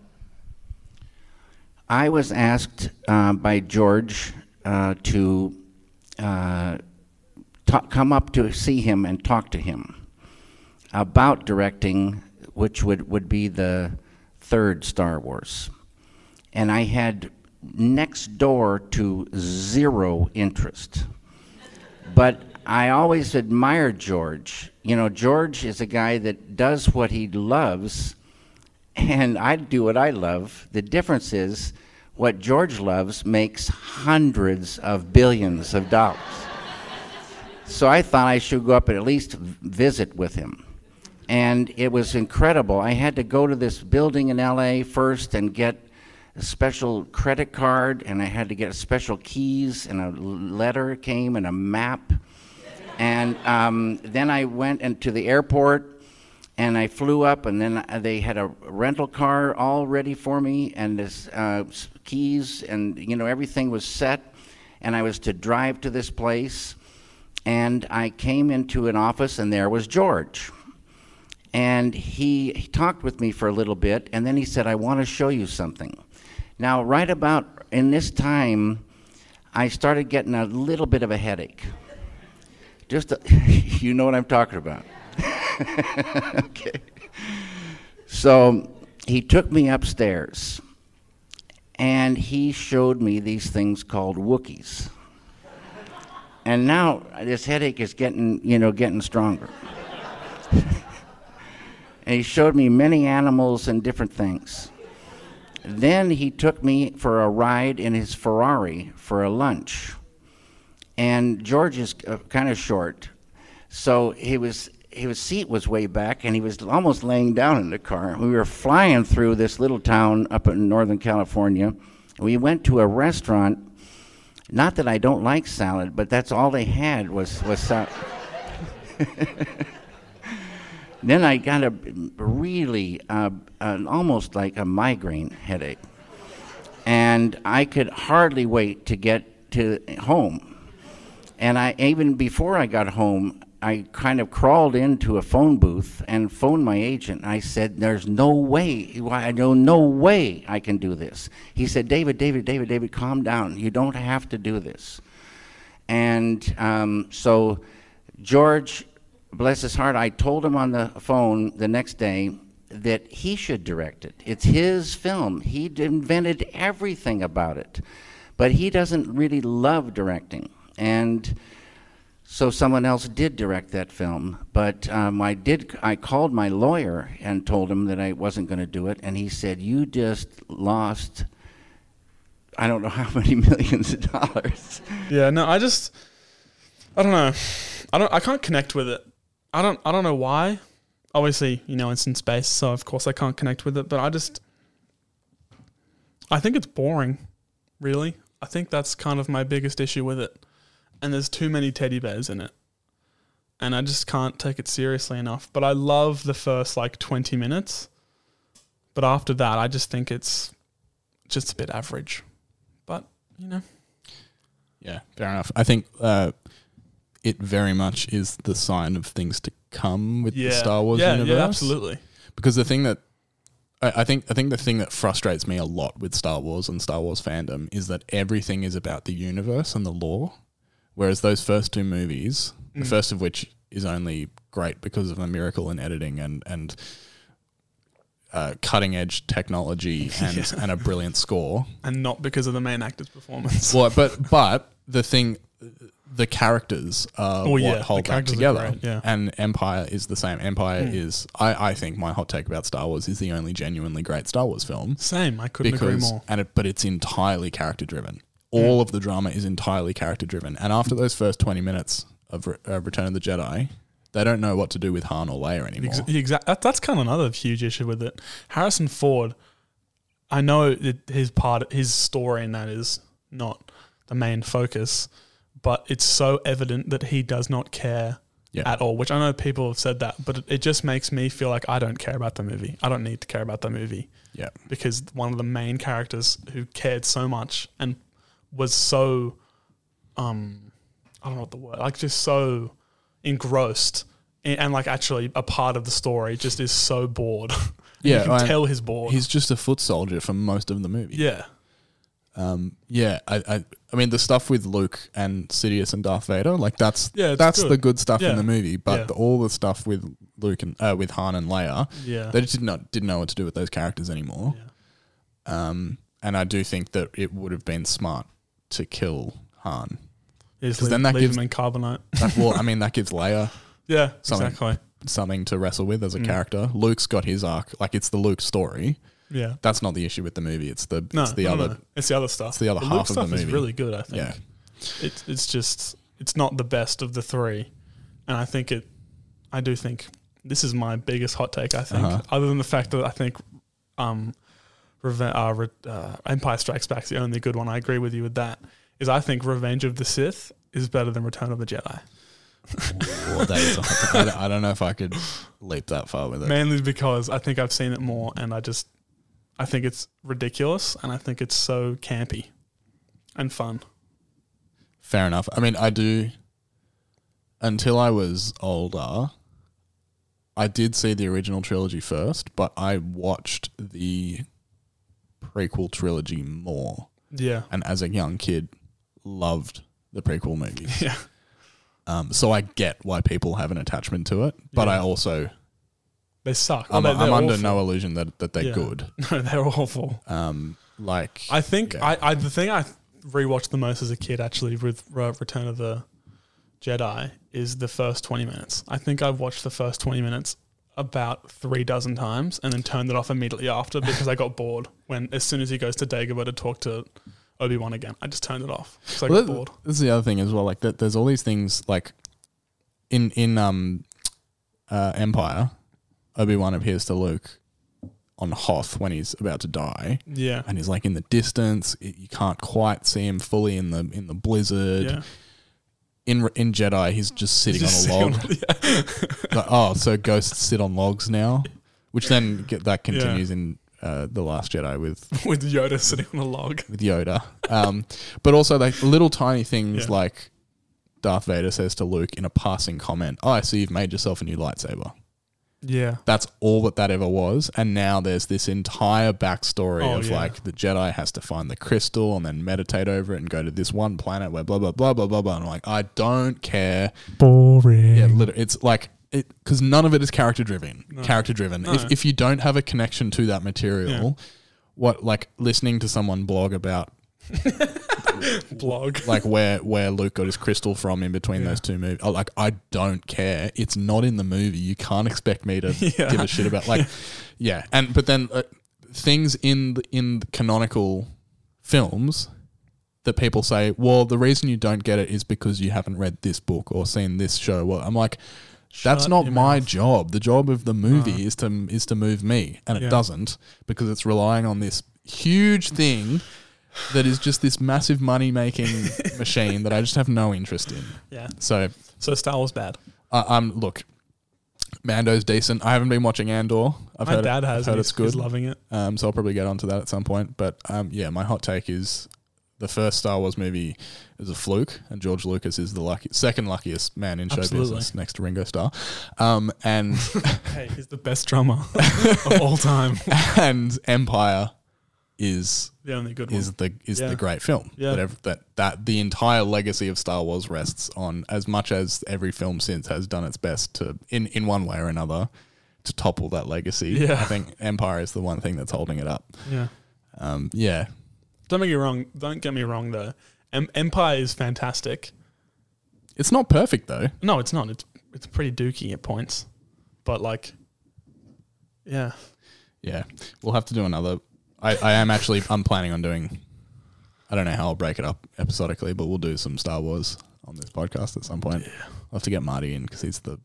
S2: I was asked uh, by George uh, to uh, ta- come up to see him and talk to him about directing, which would, would be the third Star Wars. And I had next door to zero interest. But I always admired George. You know, George is a guy that does what he loves and I do what I love. The difference is what George loves makes hundreds of billions of dollars. so I thought I should go up and at least visit with him. And it was incredible. I had to go to this building in LA first and get a special credit card, and I had to get special keys, and a letter came, and a map. And um, then I went into the airport and I flew up, and then they had a rental car all ready for me, and this uh, s- keys, and you know everything was set, and I was to drive to this place, and I came into an office, and there was George, and he, he talked with me for a little bit, and then he said, "I want to show you something." Now, right about in this time, I started getting a little bit of a headache. Just, a, you know what I'm talking about. okay. So he took me upstairs and he showed me these things called Wookiees. And now this headache is getting, you know, getting stronger. and he showed me many animals and different things. Then he took me for a ride in his Ferrari for a lunch and George is uh, kind of short, so he was
S3: his seat was way back, and he was almost laying down in the car. We were flying through this little town up in Northern California. We went to a restaurant. Not that I don't like salad, but that's all they had was was salad. then I got a really, uh, an, almost like a migraine headache, and I could hardly wait to get to home. And I even before I got home, I kind of crawled into a phone booth and phoned my agent. I said, "There's no way. why- I know no way I can do this." He said, "David, David, David, David, calm down. You don't have to do this." And um, so, George, bless his heart, I told him on the phone the next day that he should direct it. It's his film. He invented everything about it, but he doesn't really love directing. And so someone else did direct that film, but um, I did. I called my lawyer and told him that I wasn't going to do it, and he said, "You just lost." I don't know how many millions of dollars.
S6: Yeah, no, I just I don't know. I don't I can't connect with it. I don't I don't know why. Obviously, you know, it's in space, so of course I can't connect with it, but I just I think it's boring, really. I think that's kind of my biggest issue with it. And there's too many teddy bears in it. And I just can't take it seriously enough. But I love the first like 20 minutes. But after that, I just think it's just a bit average. But, you know.
S1: Yeah, fair enough. I think uh, it very much is the sign of things to come with
S6: Yeah.
S1: the Star Wars
S6: Yeah, yeah,
S1: universe.
S6: absolutely.
S1: Because the thing that I, I think I think the thing that frustrates me a lot with Star Wars and Star Wars fandom is that everything is about the universe and the lore, whereas those first two movies, the
S12: Mm.
S1: first of which is only great because of a miracle in editing and and uh, cutting edge technology and,
S6: Yeah.
S1: and a brilliant score.
S6: And not because of the main actor's performance.
S1: Well, but but the thing, the characters are
S6: Oh,
S1: what
S6: yeah,
S1: hold
S6: the
S1: that
S6: characters are
S1: together.
S6: great, yeah.
S1: And Empire is the same. Empire
S6: Mm.
S1: is I, I think my hot take about Star Wars is the only genuinely great Star Wars film.
S6: Same, I couldn't agree more. Hmm.
S1: And it, but it's entirely character driven. All of the drama is entirely character driven. And after those first twenty minutes of Re- uh, Return of the Jedi, they don't know what to do with Han or Leia anymore.
S6: Ex- exact- that, that's kind of another huge issue with it. Harrison Ford, I know that his part, his story in that is not the main focus, but it's so evident that he does not care
S1: Yeah.
S6: at all. Which I know people have said that, but it, it just makes me feel like I don't care about the movie. I don't need to care about the movie.
S1: Yeah.
S6: because one of the main characters who cared so much and was so, um, I don't know what the word, like just so engrossed and, and like actually a part of the story just is so bored. you can
S1: and
S6: tell he's bored.
S1: He's just a foot soldier for most of the movie.
S6: Yeah.
S1: Um, yeah, I, I, I mean the stuff with Luke and Sidious and Darth Vader, like that's
S6: Yeah, it's
S1: that's
S6: good.
S1: the good stuff
S6: Yeah.
S1: in the movie. But
S6: Yeah.
S1: the, all the stuff with Luke and uh, with Han and Leia,
S6: Yeah.
S1: they just did not didn't know what to do with those characters anymore. Um, and I do think that it would have been smart to kill Han
S6: Yeah, just
S1: because
S6: leave-
S1: then that
S6: leave
S1: gives
S6: him in carbonite.
S1: that- well, I mean that gives Leia,
S6: Yeah,
S1: something,
S6: exactly.
S1: something to wrestle with as a
S6: Mm.
S1: character. Luke's got his arc, like it's the Luke story.
S6: Yeah.
S1: that's not the issue with the movie. It's the
S6: No,
S1: it's the
S6: no, no,
S1: other
S6: no. It's the other stuff.
S1: It's the other
S6: Luke
S1: half of
S6: stuff
S1: the movie.
S6: is really good. I think.
S1: Yeah.
S6: It's it's just it's not the best of the three, and I think it. I do think this is my biggest hot take. I think,
S1: Uh-huh.
S6: other than the fact that I think, um, Reven- uh, Re- uh, Empire Strikes Back's the only good one. I agree with you with that. Is I think Revenge of the Sith is better than Return of the Jedi.
S1: Well, that is a hot take. I don't- I don't know if I could leap that far with it.
S6: Mainly because I think I've seen it more, and I just, I think it's ridiculous, and I think it's so campy, and fun.
S1: Fair enough. I mean, I do. Until I was older, I did see the original trilogy first, but I watched the prequel trilogy more.
S6: Yeah.
S1: And as a young kid, loved the prequel movies.
S6: Yeah.
S1: Um, so I get why people have an attachment to it, but I also
S6: They suck.
S1: I'm,
S6: Well,
S1: I'm
S6: they're- they're
S1: under
S6: awful.
S1: no illusion that that they're
S6: Yeah.
S1: good.
S6: No, they're awful.
S1: Um, like
S6: I think I, I the thing I rewatched the most as a kid actually with Re- Return of the Jedi is the first 20 minutes. I think I've watched the first 20 minutes about three dozen times and then turned it off immediately after because I got bored when as soon as he goes to Dagobah to talk to Obi-Wan again. I just turned it off 'cause I
S1: Well,
S6: got
S1: that-
S6: bored.
S1: This is the other thing as well. Like that, there's all these things like in in um uh, Empire, Obi Wan appears to Luke on Hoth when he's about to die.
S6: Yeah.
S1: and he's like in the distance. It, you can't quite see him fully in the in the blizzard.
S6: Yeah.
S1: In in Jedi, he's just sitting
S6: Just
S1: on a log.
S6: sitting
S1: Like, oh, so ghosts sit on logs now, which then get, that
S6: Yeah.
S1: continues in uh, the Last Jedi with
S6: with Yoda sitting on a log.
S1: with Yoda. Um, but also like little tiny things
S6: Yeah.
S1: like Darth Vader says to Luke in a passing comment, "Oh, I see you've made yourself a new lightsaber."
S6: Yeah.
S1: That's all that that ever was, and now there's this entire backstory
S6: Oh,
S1: of
S6: yeah.
S1: like the Jedi has to find the crystal and then meditate over it and go to this one planet where blah blah blah blah blah blah. And I'm like, I don't care.
S6: Boring.
S1: Yeah, literally, it's like it because none of it is character driven.
S6: No.
S1: Character driven.
S6: No.
S1: If if you don't have a connection to that material, what like listening to someone blog about
S6: Blog.
S1: like where where Luke got his crystal from in between
S6: Yeah.
S1: those two movies. Oh, Like I don't care. It's not in the movie. You can't expect me to
S6: Yeah.
S1: give a shit about like yeah. And but then uh, things in the, in the canonical films that people say, well, the reason you don't get it is because you haven't read this book or seen this show. Well, I'm like. That's
S6: Shut
S1: not
S6: your
S1: my job. The job of the movie is to is to move me, and it
S6: Yeah.
S1: doesn't because it's relying on this huge thing that is just this massive money making machine that I just have no interest in.
S6: Yeah.
S1: So
S6: So Star Wars bad.
S1: I, I'm look, Mando's decent. I haven't been watching Andor. I've
S6: My
S1: heard it-
S6: dad
S1: I've
S6: has.
S1: heard
S6: and
S1: it's
S6: he's- he's
S1: good.
S6: loving it.
S1: Um, so I'll probably get onto that at some point. But um, yeah, my hot take is the first Star Wars movie is a fluke, and George Lucas is the lucky, second luckiest man in show
S6: Absolutely.
S1: business, next to Ringo Starr. Um, and
S6: Hey, he's the best drummer of all time.
S1: and Empire is
S6: The only good
S1: is
S6: one.
S1: the is
S6: Yeah.
S1: the great film
S6: Yeah.
S1: that, ev- that that the entire legacy of Star Wars rests on as much as every film since has done its best to in in one way or another to topple that legacy.
S6: Yeah.
S1: I think Empire is the one thing that's holding it up.
S6: Yeah.
S1: Um, yeah,
S6: Don't make me wrong. Don't get me wrong though. Em- Empire is fantastic.
S1: it's not perfect though.
S6: No, it's not. It's it's pretty dookie at points, but like, yeah,
S1: Yeah, we'll have to do another. I, I am actually I'm planning on doing. I don't know how I'll break it up episodically, but we'll do some Star Wars on this podcast at some point. I'll have to get Marty in because he's the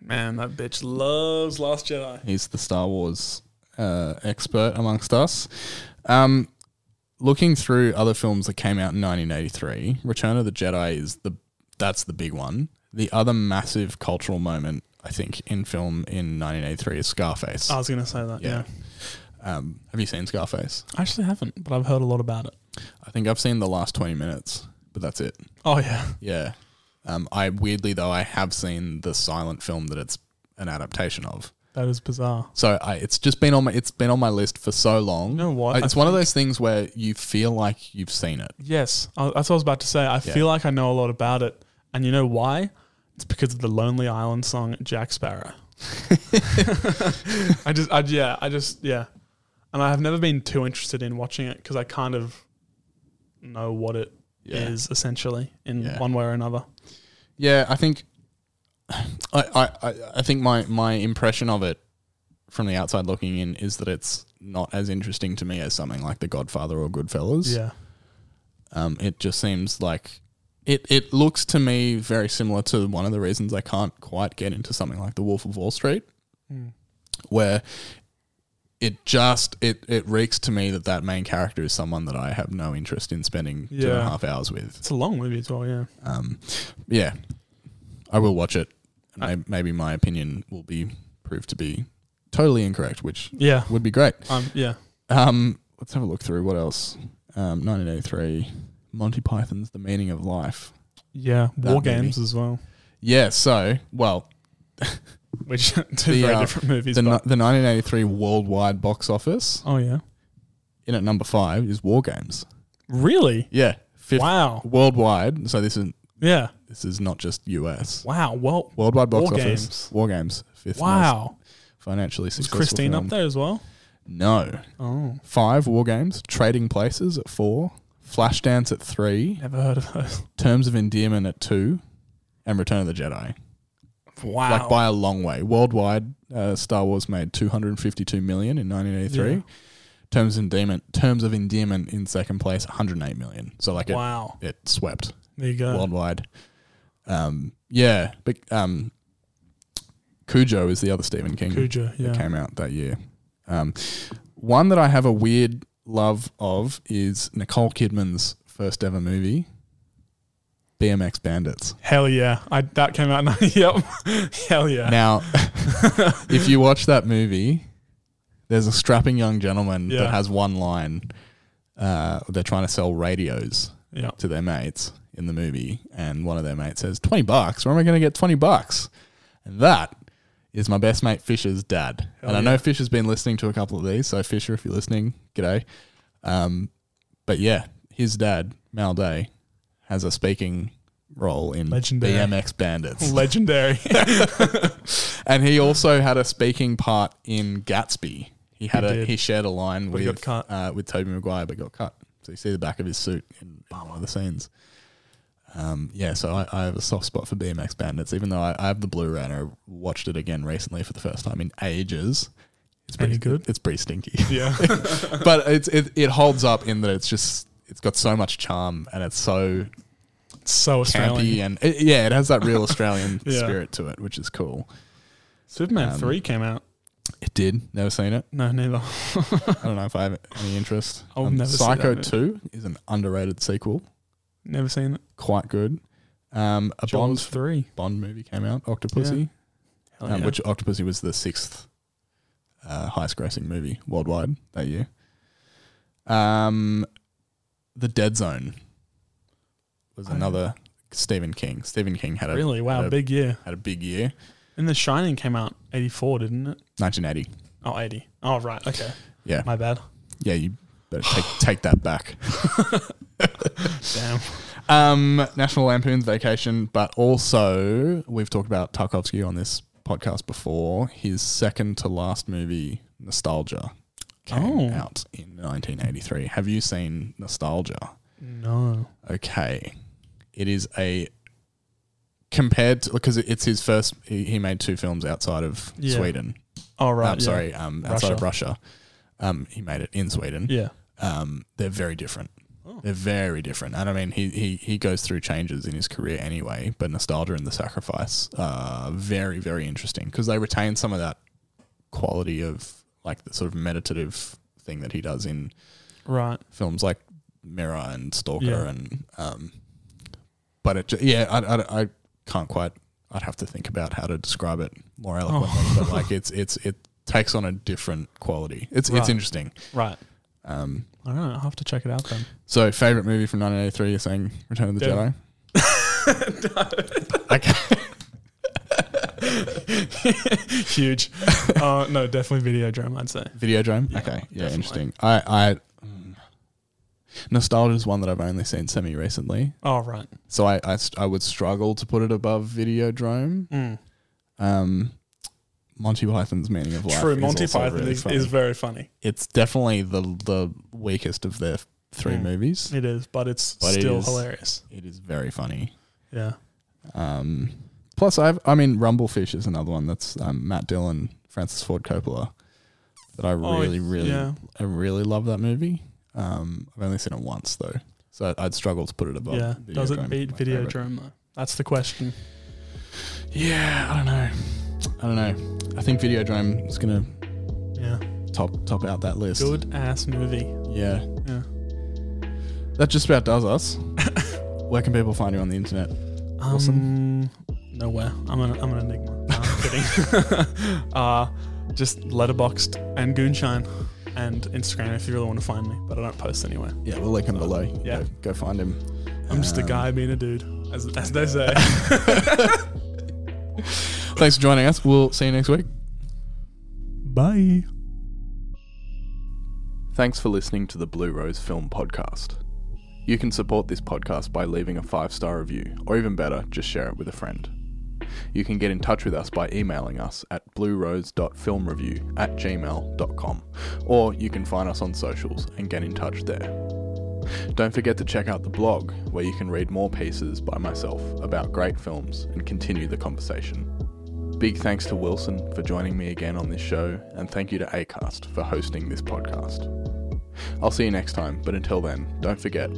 S6: man, that bitch loves Last Jedi.
S1: He's the Star Wars uh, expert amongst us. Um, looking through other films that came out in 1983, Return of the Jedi is the that's the big one. The other massive cultural moment, I think, in film in 1983 is Scarface.
S6: I was gonna say that. Yeah,
S1: Yeah. Um, have you seen Scarface?
S6: I actually haven't, but I've heard a lot about it.
S1: I think I've seen the last 20 minutes, but that's it.
S6: Oh yeah,
S1: Yeah. Um, I weirdly though I have seen the silent film that it's an adaptation of.
S6: that is bizarre.
S1: So I, it's just been on my it's been on my list for so long. Uh,
S6: know what?
S1: It's
S6: I
S1: one of
S6: think-
S1: those things where you feel like you've seen it.
S6: Yes, I, that's what I was about to say. I feel like I know a lot about it, and you know why? It's because of the Lonely Island song "Jack Sparrow." I just, I, yeah, I just, yeah, and I have never been too interested in watching it because I kind of know what it is
S1: Yeah.
S6: essentially in
S1: Yeah.
S6: one way or another.
S1: Yeah, I think I, I, I- I think my, my impression of it from the outside looking in is that it's not as interesting to me as something like The Godfather or Goodfellas.
S6: Yeah,
S1: Um, it just seems like it, it looks to me very similar to one of the reasons I can't quite get into something like The Wolf of Wall Street,
S6: Hmm.
S1: where it just it it reeks to me that that main character is someone that I have no interest in spending two and a
S6: Yeah.
S1: half hours with.
S6: it's a long movie as well. Yeah,
S1: Um, yeah, I will watch it. And may- maybe my opinion will be proved to be totally incorrect, which
S6: Yeah.
S1: would be great.
S6: um, yeah,
S1: Um, let's have a look through what else. Um, 1983, Monty Python's The Meaning of Life.
S6: yeah.
S1: That
S6: War
S1: movie.
S6: Games as well,
S1: Yeah, so well,
S6: which two
S1: the,
S6: very
S1: uh,
S6: different movies.
S1: the, ni-
S6: but,
S1: the 1983 worldwide box office
S6: oh yeah,
S1: in at number five is War Games.
S6: really?
S1: Yeah, fifth
S6: Wow.
S1: worldwide. So this is
S6: Yeah.
S1: this is not just US.
S6: Wow. Well,
S1: Worldwide box
S6: War
S1: office.
S6: Games.
S1: War Games. Fifth. most
S6: Wow.
S1: Financially successful.
S6: Christine
S1: film.
S6: up there as well.
S1: No.
S6: Oh,
S1: Five war games, Trading Places at four, Flashdance at three,
S6: never heard of those.
S1: Terms of Endearment at two, and Return of the Jedi.
S6: Wow.
S1: Like by a long way. Worldwide, uh, Star Wars made 252 million in 1983.
S6: Yeah.
S1: Terms of Endearment, Terms of Endearment in second place, 108 million. So like it-
S6: Wow.
S1: it, swept
S6: there you go.
S1: worldwide. Um, yeah, but um, Cujo is the other Stephen King
S6: Cujo, yeah.
S1: that came out that year. Um, one that I have a weird love of is Nicole Kidman's first ever movie, BMX Bandits.
S6: Hell yeah. I, that came out. in- yep. Hell yeah.
S1: Now, if you watch that movie, there's a strapping young gentleman
S6: Yeah.
S1: that has one line. Uh, they're trying to sell radios
S6: Yeah.
S1: to their mates in the movie, and one of their mates says, 20 bucks? Where am I going to get 20 bucks? And that is my best mate Fisher's dad.
S6: Hell
S1: and I
S6: yeah.
S1: know Fisher's been listening to a couple of these, so Fisher, if you're listening, g'day. Um, but yeah, his dad, Mal Day, has a speaking role in
S6: Legendary.
S1: BMX Bandits.
S6: Legendary.
S1: and he also had a speaking part in Gatsby. He had
S6: He
S1: a
S6: did.
S1: he shared a line
S6: But
S1: with
S6: he got cut.
S1: Uh, with Toby Maguire, but got cut. So you see the back of his suit in, in one of the scenes. Um, yeah, so I, I have a soft spot for BMX Bandits, even though I, I have the Blu-ray and I watched it again recently for the first time in ages. It's pretty good. It's pretty stinky.
S6: Yeah.
S1: but it's it, it holds up in that it's just it's got so much charm and it's so
S6: so
S1: campy
S6: Australian.
S1: and it, yeah, it has that real Australian
S6: Yeah.
S1: spirit to it, which is cool.
S6: Superman
S1: Um,
S6: 3 came out.
S1: It did. Never seen it.
S6: No, neither.
S1: I don't know if I have any interest. Um,
S6: I'll never see
S1: Psycho
S6: that
S1: Two is an underrated sequel.
S6: Never seen it.
S1: Quite good. Um, a
S6: Jaws
S1: Bond
S6: 3.
S1: Bond movie came out, Octopussy,
S6: Hell
S1: um,
S6: yeah.
S1: which Octopussy was the sixth uh, highest-grossing movie worldwide that year. Um, the Dead Zone was
S6: I-
S1: another Stephen King. Stephen King had a
S6: Oh, Really? Wow,
S1: had a-
S6: big year.
S1: had a big year,
S6: And The Shining came out 84, didn't it?
S1: 1980.
S6: Oh, 80. Oh, right. Okay.
S1: Yeah.
S6: My bad.
S1: Yeah, you better take, take that back.
S6: Damn.
S1: Um, National Lampoon's Vacation, but also we've talked about Tarkovsky on this podcast before. His second to last movie, Nostalgia, came
S6: Oh.
S1: out in 1983. Have you seen Nostalgia?
S6: No.
S1: Okay, it is a compared to because it's his first. He, he made two films outside of
S6: Yeah.
S1: Sweden.
S6: Oh, right,
S1: I'm
S6: yeah.
S1: sorry. Um, outside of Russia, um, he made it in Sweden.
S6: Yeah.
S1: Um, they're very different.
S6: Oh.
S1: They're very different, and I mean, he, he he goes through changes in his career anyway. But nostalgia and the sacrifice are very very interesting because they retain some of that quality of like the sort of meditative thing that he does in
S6: Right.
S1: films like Mirror and Stalker
S6: Yeah.
S1: and um, but it ju- yeah I, I, I can't quite I'd have to think about how to describe it more eloquently but like it's it's it takes on a different quality it's
S6: Oh. Right.
S1: it's interesting
S6: Right.
S1: um
S6: I don't know. I'll have to check it out then.
S1: so favorite movie from 1983 you're saying Return of the
S6: Yeah.
S1: Jedi okay
S6: Huge. uh, no, definitely video drum, I'd say.
S1: Videodrome. okay, yeah, interesting. I, I mm. nostalgia is one that I've only seen semi recently.
S6: Oh, right.
S1: So I, I, st- I would struggle to put it above Videodrome.
S6: Mm.
S1: Um, Monty Python's Meaning of Life.
S6: True.
S1: is
S6: Monty
S1: also
S6: Python
S1: really
S6: is,
S1: funny.
S6: is very funny.
S1: It's definitely the the weakest of their three
S6: Mm.
S1: movies.
S6: It is, but it's
S1: But it
S6: still
S1: is-
S6: hilarious.
S1: It is very funny.
S6: Yeah.
S1: Um, plus, I've, I mean, Rumblefish is another one that's um, Matt Dillon, Francis Ford Coppola, that I
S6: Oh,
S1: really, really,
S6: yeah.
S1: I really love that movie. Um, I've only seen it once though, so I'd- I'd struggle to put it above.
S6: yeah. Does it
S1: Videodrome,
S6: beat
S1: my favourite.
S6: Videodrome, though? That's the question.
S1: Yeah, I don't know. I don't know. I think Videodrome is gonna
S6: Yeah.
S1: top top out that list.
S6: Good ass movie.
S1: Yeah,
S6: Yeah.
S1: Um, that just about does us. Where can people find you on the internet?
S6: Um, nowhere. I'm an, I'm an enigma. No, I'm kidding. uh, just letterboxed and Goonshine and Instagram if you really want to find me, but I don't post anywhere.
S1: Yeah, we'll link him below.
S6: yeah.
S1: Go, go find him.
S6: I'm just a
S1: Um,
S6: guy being a dude, as, as they say.
S1: Thanks for joining us. We'll see you next week.
S6: Bye.
S1: Thanks for listening to the Blue Rose Film Podcast. You can support this podcast by leaving a five star review, or even better, just share it with a friend. You can get in touch with us by emailing us at bluerose.filmreview at gmail.com, or you can find us on socials and get in touch there. Don't forget to check out the blog, where you can read more pieces by myself about great films and continue the conversation. Big thanks to Wilson for joining me again on this show, and thank you to ACAST for hosting this podcast. I'll see you next time, but until then, don't forget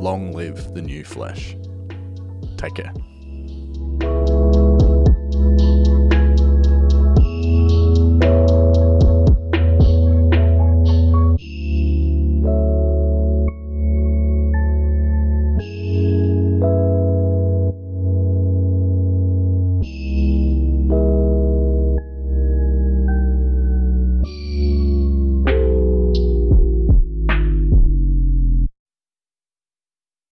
S1: long live the new flesh. Take care.